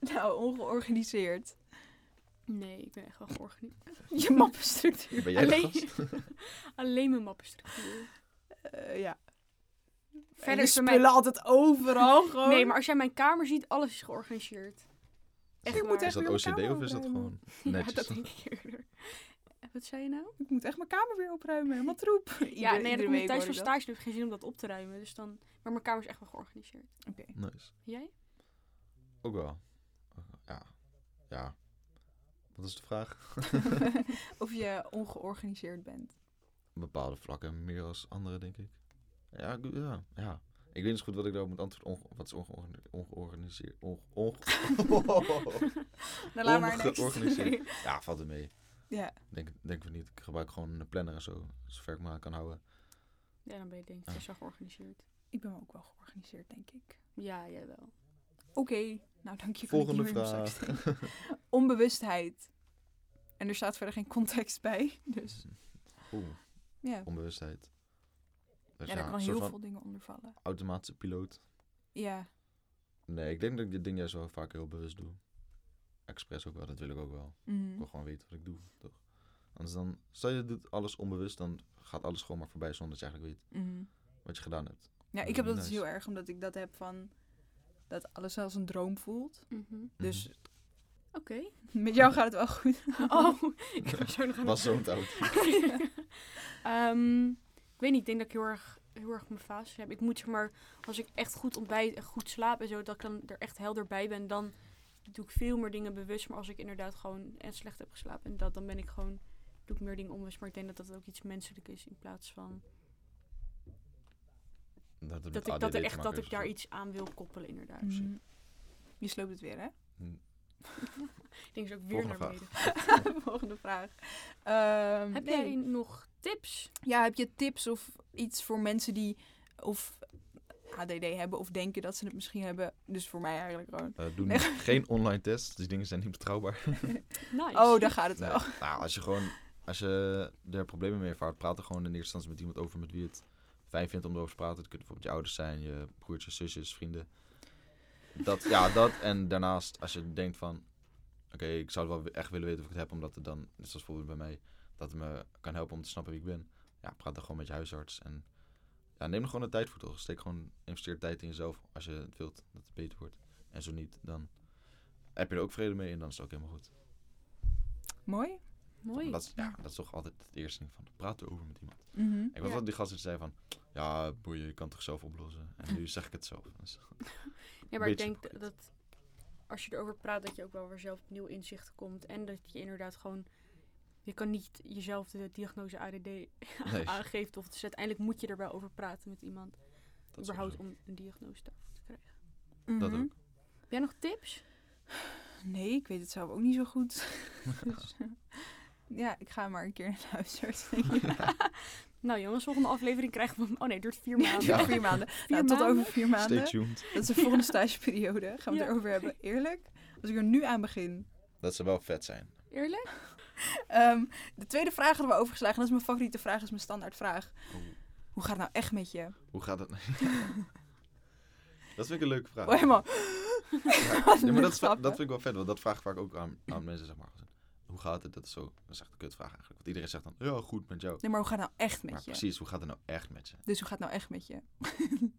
D: nou, ongeorganiseerd.
A: Nee, ik ben echt wel georganiseerd.
D: Je mappenstructuur.
C: Ben jij de
A: Alleen-
C: gast?
A: Alleen mijn mappenstructuur.
D: Eh, ja.
A: Verder
D: Verder
A: is voor mij-
D: spullen altijd overal gewoon.
A: Nee, maar als jij mijn kamer ziet, alles is georganiseerd. Echt
D: Ik moet
A: waar.
D: echt
C: Is dat
D: weer mijn
C: OCD
D: kamer
C: of is dat
D: opruimen.
C: gewoon
A: Ja,
C: netjes?
A: dat denk ik eerder. Eh, Wat zei je nou?
D: Ik moet echt mijn kamer weer opruimen. Helemaal troep.
A: ja, nee, dan kom ik
D: week
A: thuis
D: hoor
A: van
D: ik dat.
A: stage, dan heb ik geen zin om dat op te ruimen. Dus dan... Maar mijn kamer is echt wel georganiseerd.
D: Oké.
C: Nice.
A: Jij?
C: Ook wel. Ja. Ja. Wat is de vraag?
D: of je ongeorganiseerd bent.
C: Bepaalde vlakken meer als andere, denk ik. Ja, ik- ja. ja. Ik weet niet zo goed wat ik daarop moet antwoorden. Onge- wat is ongeorgani- ongeorganiseerd? Onge onge-
D: Nou, laat maar niks.
C: Ongeorganiseerd. ja, valt er mee.
D: Ja.
C: Denk, denk we niet. Ik gebruik gewoon een planner en zo. Zover ik me aan kan houden.
E: Ja, dan ben je denk ik
C: Ah.
E: best wel georganiseerd.
D: Ik ben ook wel georganiseerd, denk ik.
E: Ja, jij wel.
D: Oké. Nou, dank je.
C: Volgende
D: voor
C: vraag.
D: Onbewustheid. En er staat verder geen context bij. Dus
C: Mm. Oeh,
D: ja.
C: onbewustheid. Dus
D: Ja,
C: ja,
D: daar
C: een
D: kan
C: soort
D: heel
C: van
D: veel dingen onder vallen.
C: automatische piloot.
D: Ja.
C: Nee, ik denk dat ik dit ding juist wel vaak heel bewust doe. Expres ook wel, dat wil ik ook wel. Ik
D: Mhm.
C: wil gewoon weten wat ik doe, toch? Anders dan, stel je doet alles onbewust, dan gaat alles gewoon maar voorbij zonder dat je eigenlijk
D: Mhm.
C: weet wat je gedaan hebt.
D: Ja,
C: Ja,
D: ik heb dat dus
C: nice.
D: heel erg, omdat ik dat heb van... Dat alles als een droom voelt.
E: Mhm.
D: Dus
E: Oké.
D: met jou gaat het wel goed.
A: Oh, ik was zo nog aan het-
C: was zo'n oud.
A: Ehm, ik weet niet, ik denk dat ik heel erg, heel erg mijn fases heb. Ik moet zeg maar, als ik echt goed ontbijt en goed slaap en zo, dat ik dan er echt helder bij ben, dan doe ik veel meer dingen bewust. Maar als ik inderdaad gewoon en slecht heb geslapen en dat, dan ben ik gewoon, doe ik meer dingen onbewust. Maar ik denk dat dat ook iets menselijk is in plaats van
C: Dat, het met
A: dat ik,
C: ADD
A: dat
C: te
A: er echt,
C: maken
A: dat
C: heeft
A: ik daar
C: of
A: iets aan wil koppelen inderdaad.
D: Mhm. Je sloopt het weer, hè?
C: zo. Hm,
A: Ik denk dus ook weer
C: Volgende
A: naar
C: vraag.
A: beneden.
D: Volgende vraag. Ehm,
A: Heb
D: nee.
A: jij nog tips?
D: Ja, heb je tips of iets voor mensen die of ADD hebben of denken dat ze het misschien hebben? Dus voor mij eigenlijk gewoon.
C: Eh, doe geen online test, die dingen zijn niet betrouwbaar.
A: Nice.
D: Oh, daar gaat het
C: Nee,
D: wel.
C: Nou, als je gewoon, als je er problemen mee ervaart, praat er gewoon in eerste instantie met iemand over met wie je het fijn vindt om erover te praten. Het kunnen bijvoorbeeld je ouders zijn, je broertjes, zusjes, vrienden. Dat, ja, dat. En daarnaast, als je denkt van, oké, ik zou wel echt willen weten of ik het heb, omdat het dan, net zoals bijvoorbeeld bij mij, dat het me kan helpen om te snappen wie ik ben. Ja, praat dan gewoon met je huisarts en ja, neem er gewoon de tijd voor toch. Steek gewoon, investeer tijd in jezelf als je het wilt, dat het beter wordt. En zo niet, dan heb je er ook vrede mee en dan is het ook helemaal goed.
D: Mooi.
A: Mooi.
C: Dat is, ja, dat is toch altijd het eerste ding van, praat erover met iemand.
D: Mhm.
C: Ik was
A: Ja.
C: altijd die gast die zei van, ja, boeien, je kan het toch zelf oplossen. En nu zeg ik het zelf. Dus,
A: Ja, maar ik
C: Beetje
A: denk dat, dat als je erover praat, dat je ook wel weer zelf op nieuw inzicht komt. En dat je inderdaad gewoon. Je kan niet jezelf de diagnose ADD
C: nee,
A: aangeeft. Of dus uiteindelijk moet je er wel over praten met iemand.
C: dat, is
A: überhaupt
C: sowieso.
A: om een diagnose daarvoor te krijgen.
C: dat
D: Mhm.
C: ook.
A: Heb jij nog tips?
D: Nee, ik weet het zelf ook niet zo goed. Dus, eh, ja, ik ga maar een keer naar de huisarts. denk ik.
A: Nou jongens, volgende aflevering krijgen we... Oh nee, duurt vier maanden.
D: Ja,
C: Ja.
D: vier maanden.
A: Vier
D: nou, tot
A: maanden?
D: over vier
C: Stay
D: maanden.
C: tuned.
D: Dat is de volgende stageperiode. Gaan we
A: Ja.
D: het erover hebben. Eerlijk, als ik er nu aan begin,
C: Dat ze wel vet zijn.
A: Eerlijk?
D: Ehm, de tweede vraag hadden we overgeslagen. Dat is mijn favoriete vraag, is mijn standaardvraag.
C: Oeh.
D: Hoe gaat het nou echt met je?
C: Hoe gaat het? dat vind ik een leuke vraag.
D: Oh, helemaal. Wat
C: Ja,
D: een
C: maar dat, is, dat
D: grap, hè?
C: vind ik wel vet, want dat vraag ik vaak ook aan, aan mensen, zeg maar. Hoe gaat het? Dat is zo, dat is echt een kutvraag eigenlijk. Want iedereen zegt dan, ja, goed met jou.
D: Nee, maar hoe gaat het nou echt met
C: Maar
D: je?
C: precies, hoe gaat het nou echt met je?
D: Dus hoe gaat het nou echt met je?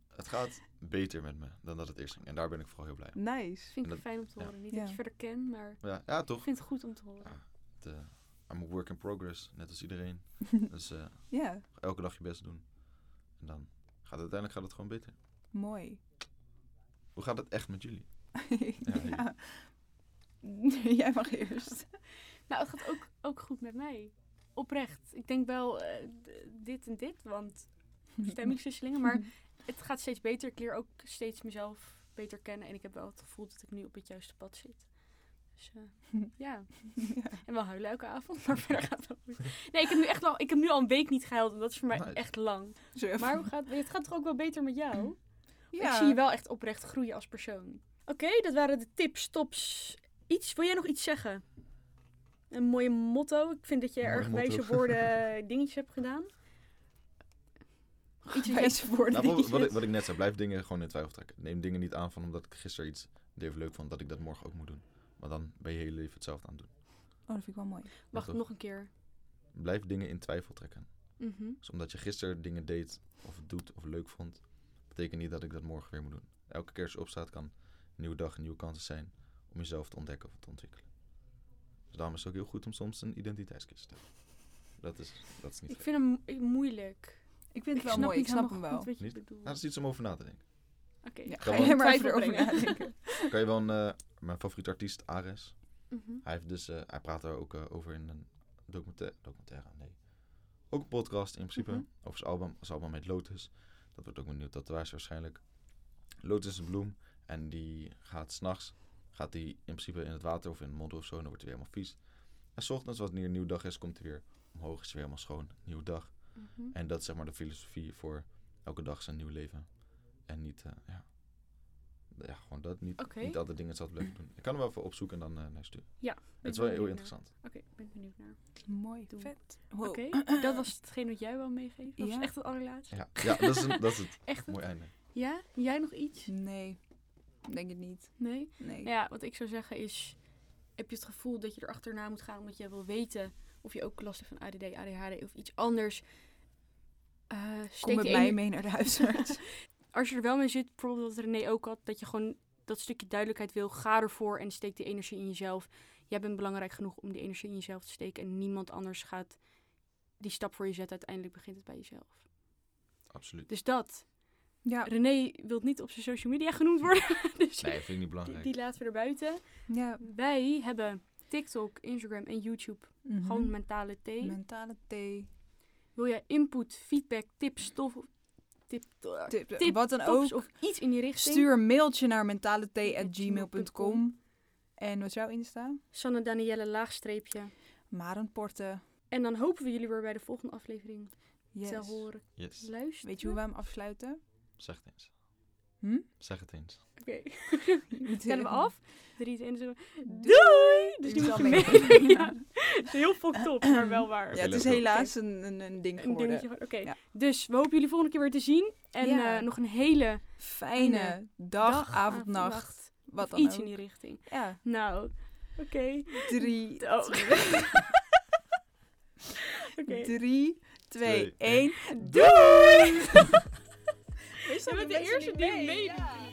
C: Het gaat beter met me dan dat het eerst ging. En daar ben ik vooral heel blij om.
D: Nice.
A: Vind ik
C: Dat-
A: fijn om te
C: ja.
A: horen. Niet
D: Ja.
A: dat je verder ken, maar
C: Ja, ja toch?
A: ik vind het goed om te horen.
C: Ja, het, eh, I'm a work in progress, net als iedereen. dus eh,
D: Ja,
C: elke dag je best doen. En dan gaat het uiteindelijk gaat het gewoon beter.
D: mooi.
C: Hoe gaat het echt met jullie?
D: ja. Jij mag eerst.
A: Nou, het gaat ook, ook goed met mij. Oprecht. Ik denk wel eh, d- dit en dit, want stemmingswisselingen. Maar het gaat steeds beter. Ik leer ook steeds mezelf beter kennen. En ik heb wel het gevoel dat ik nu op het juiste pad zit. Dus eh, ja. En wel huilen elke avond. Maar verder gaat het wel goed. Nee, ik heb nu echt al, ik heb nu al een week niet gehuild. En dat is voor mij
C: Nice.
A: echt lang.
D: Zo even-
A: Maar hoe gaat, het gaat toch ook wel beter met jou?
D: ja.
A: Ik zie je wel echt oprecht groeien als persoon. Oké, dat waren de tips, tops. Iets, wil jij nog iets zeggen? Een mooie motto. Ik vind dat je
C: Mooi
A: erg
C: motto.
A: wijze woorden eh, dingetjes hebt gedaan. Iets wat jij
D: Wijze woorden.
C: Nou, wat, wat ik, wat ik net zei, blijf dingen gewoon in twijfel trekken. Neem dingen niet aan van omdat ik gisteren iets deed of leuk vond, dat ik dat morgen ook moet doen. Want dan ben je hele leven hetzelfde aan het doen.
D: Oh, dat vind ik wel mooi.
A: Wacht,
C: toch?
A: nog een keer.
C: Blijf dingen in twijfel trekken.
F: Mhm.
C: Dus omdat je gisteren dingen deed of doet of leuk vond, betekent niet dat ik dat morgen weer moet doen. Elke keer als je opstaat kan een nieuwe dag en nieuwe kansen zijn om jezelf te ontdekken of te ontwikkelen. Dus daarom is het ook heel goed om soms een identiteitskist te hebben. Dat is, dat is niet
F: Ik
C: gek.
F: vind hem mo-
A: eh,
F: ik- moeilijk.
D: Ik vind het wel
F: snap
D: mooi,
F: niet
D: ik snap hem
F: helemaal
D: wel.
F: goed wat je
C: Niet?
F: bedoelt.
C: Nou, dat is iets om over na te denken.
F: Oké.
D: Ja,
C: Kan
D: ga
C: wel.
D: je maar even
F: Twijfel
D: over
F: brengen.
D: nadenken.
C: Kan je wel een, eh, mijn favoriete artiest, Ares.
F: Mhm.
C: Hij, heeft dus, eh, hij praat daar ook eh, over in een documentaire, documentaire, nee. Ook een podcast in principe,
F: Mhm.
C: over zijn album, zijn album met Lotus. Dat wordt ook een nieuw tatoeage waarschijnlijk. Lotus is een bloem en die gaat s'nachts, gaat die in principe in het water of in de mond of zo, en dan wordt hij weer helemaal vies. En s ochtends, als het weer een nieuwe dag is, komt hij weer omhoog, is hij weer helemaal schoon, nieuwe dag.
F: Mhm.
C: En dat is zeg maar de filosofie voor elke dag zijn nieuw leven. En niet, eh, ja. ja, gewoon dat, niet,
F: Oké.
C: niet altijd dingen hetzelfde blijven doen. Ik kan hem wel even opzoeken en dan eh, naar je sturen.
F: Ben
C: Het is
F: ik
C: wel heel
F: benieuwd
C: interessant.
F: naar. Oké, ik ben benieuwd naar.
D: Mooi,
F: Doen.
D: vet. Wow.
F: Oké, dat was hetgeen wat jij wou meegeven. Dat
D: Ja.
F: was echt het allerlaatste.
C: Ja, ja dat, is een- dat is het.
F: Echt het?
C: Mooi einde.
F: Ja? Jij nog iets?
D: Nee, denk het niet.
F: Nee?
D: Nee.
F: Ja,
A: Wat ik zou zeggen is, heb je het gevoel dat je erachterna moet gaan omdat je wil weten of je ook last hebt van ADD, ADHD of iets anders? Eh,
D: Kom
A: steek
D: met
A: die
D: mij
A: ene-
D: mee naar de huisarts.
A: Als je er wel mee zit, bijvoorbeeld wat René ook had, dat je gewoon dat stukje duidelijkheid wil, ga ervoor en steek die energie in jezelf. Jij bent belangrijk genoeg om die energie in jezelf te steken en niemand anders gaat die stap voor je zetten. Uiteindelijk begint het bij jezelf.
C: Absoluut.
A: Dus dat. Nou,
D: ja,
A: René wil niet op zijn social media genoemd worden, dus
C: Nee, vind ik niet
A: die,
C: belangrijk.
A: die laten we er buiten.
D: ja.
A: Wij hebben TikTok, Instagram en YouTube.
D: Mhm.
A: Gewoon mentale thee.
D: mentale thee.
A: Wil jij input, feedback, tips, stof, tip, eh,
D: Tip,
A: tip,
D: wat dan ook.
A: tops of iets in die richting?
D: Stuur een mailtje naar mentaletea@gmail.com.
A: gmail.com.
D: En wat is jouw Insta?
A: Sanne Danielle laagstreepje.
D: Maren Porte.
A: En dan hopen we jullie weer bij de volgende aflevering
D: Yes.
A: te horen.
C: Yes,
A: Luister.
D: Weet je hoe wij hem afsluiten?
C: zeg het eens.
D: Hm?
C: Zeg het eens.
A: Oké.
D: Niet
A: Tellen we
D: helemaal.
A: af. Drie, twee, één, zo.
D: Doei!
A: Dus
D: Je
A: nu
D: zal
A: moet je mee.
D: meedoen.
A: ja. Het is heel fucked up, maar wel waar.
D: Ja, het is
C: Oké.
D: helaas een, een, een ding
A: Een
D: geworden.
A: dingetje. van- Oké.
D: Ja.
A: Dus we hopen jullie volgende keer weer te zien. En
D: Ja.
A: eh, nog een hele
D: Fijne dag, avond, nacht. Wat dan
A: iets
D: ook.
A: in die richting.
D: Ja,
A: Nou, oké.
D: drie,
A: Oh.
D: twee,
A: Oké.
D: drie, twee,
C: Twee,
D: één.
A: Doei!
D: Wees
A: Je bent de eerste die meedoet.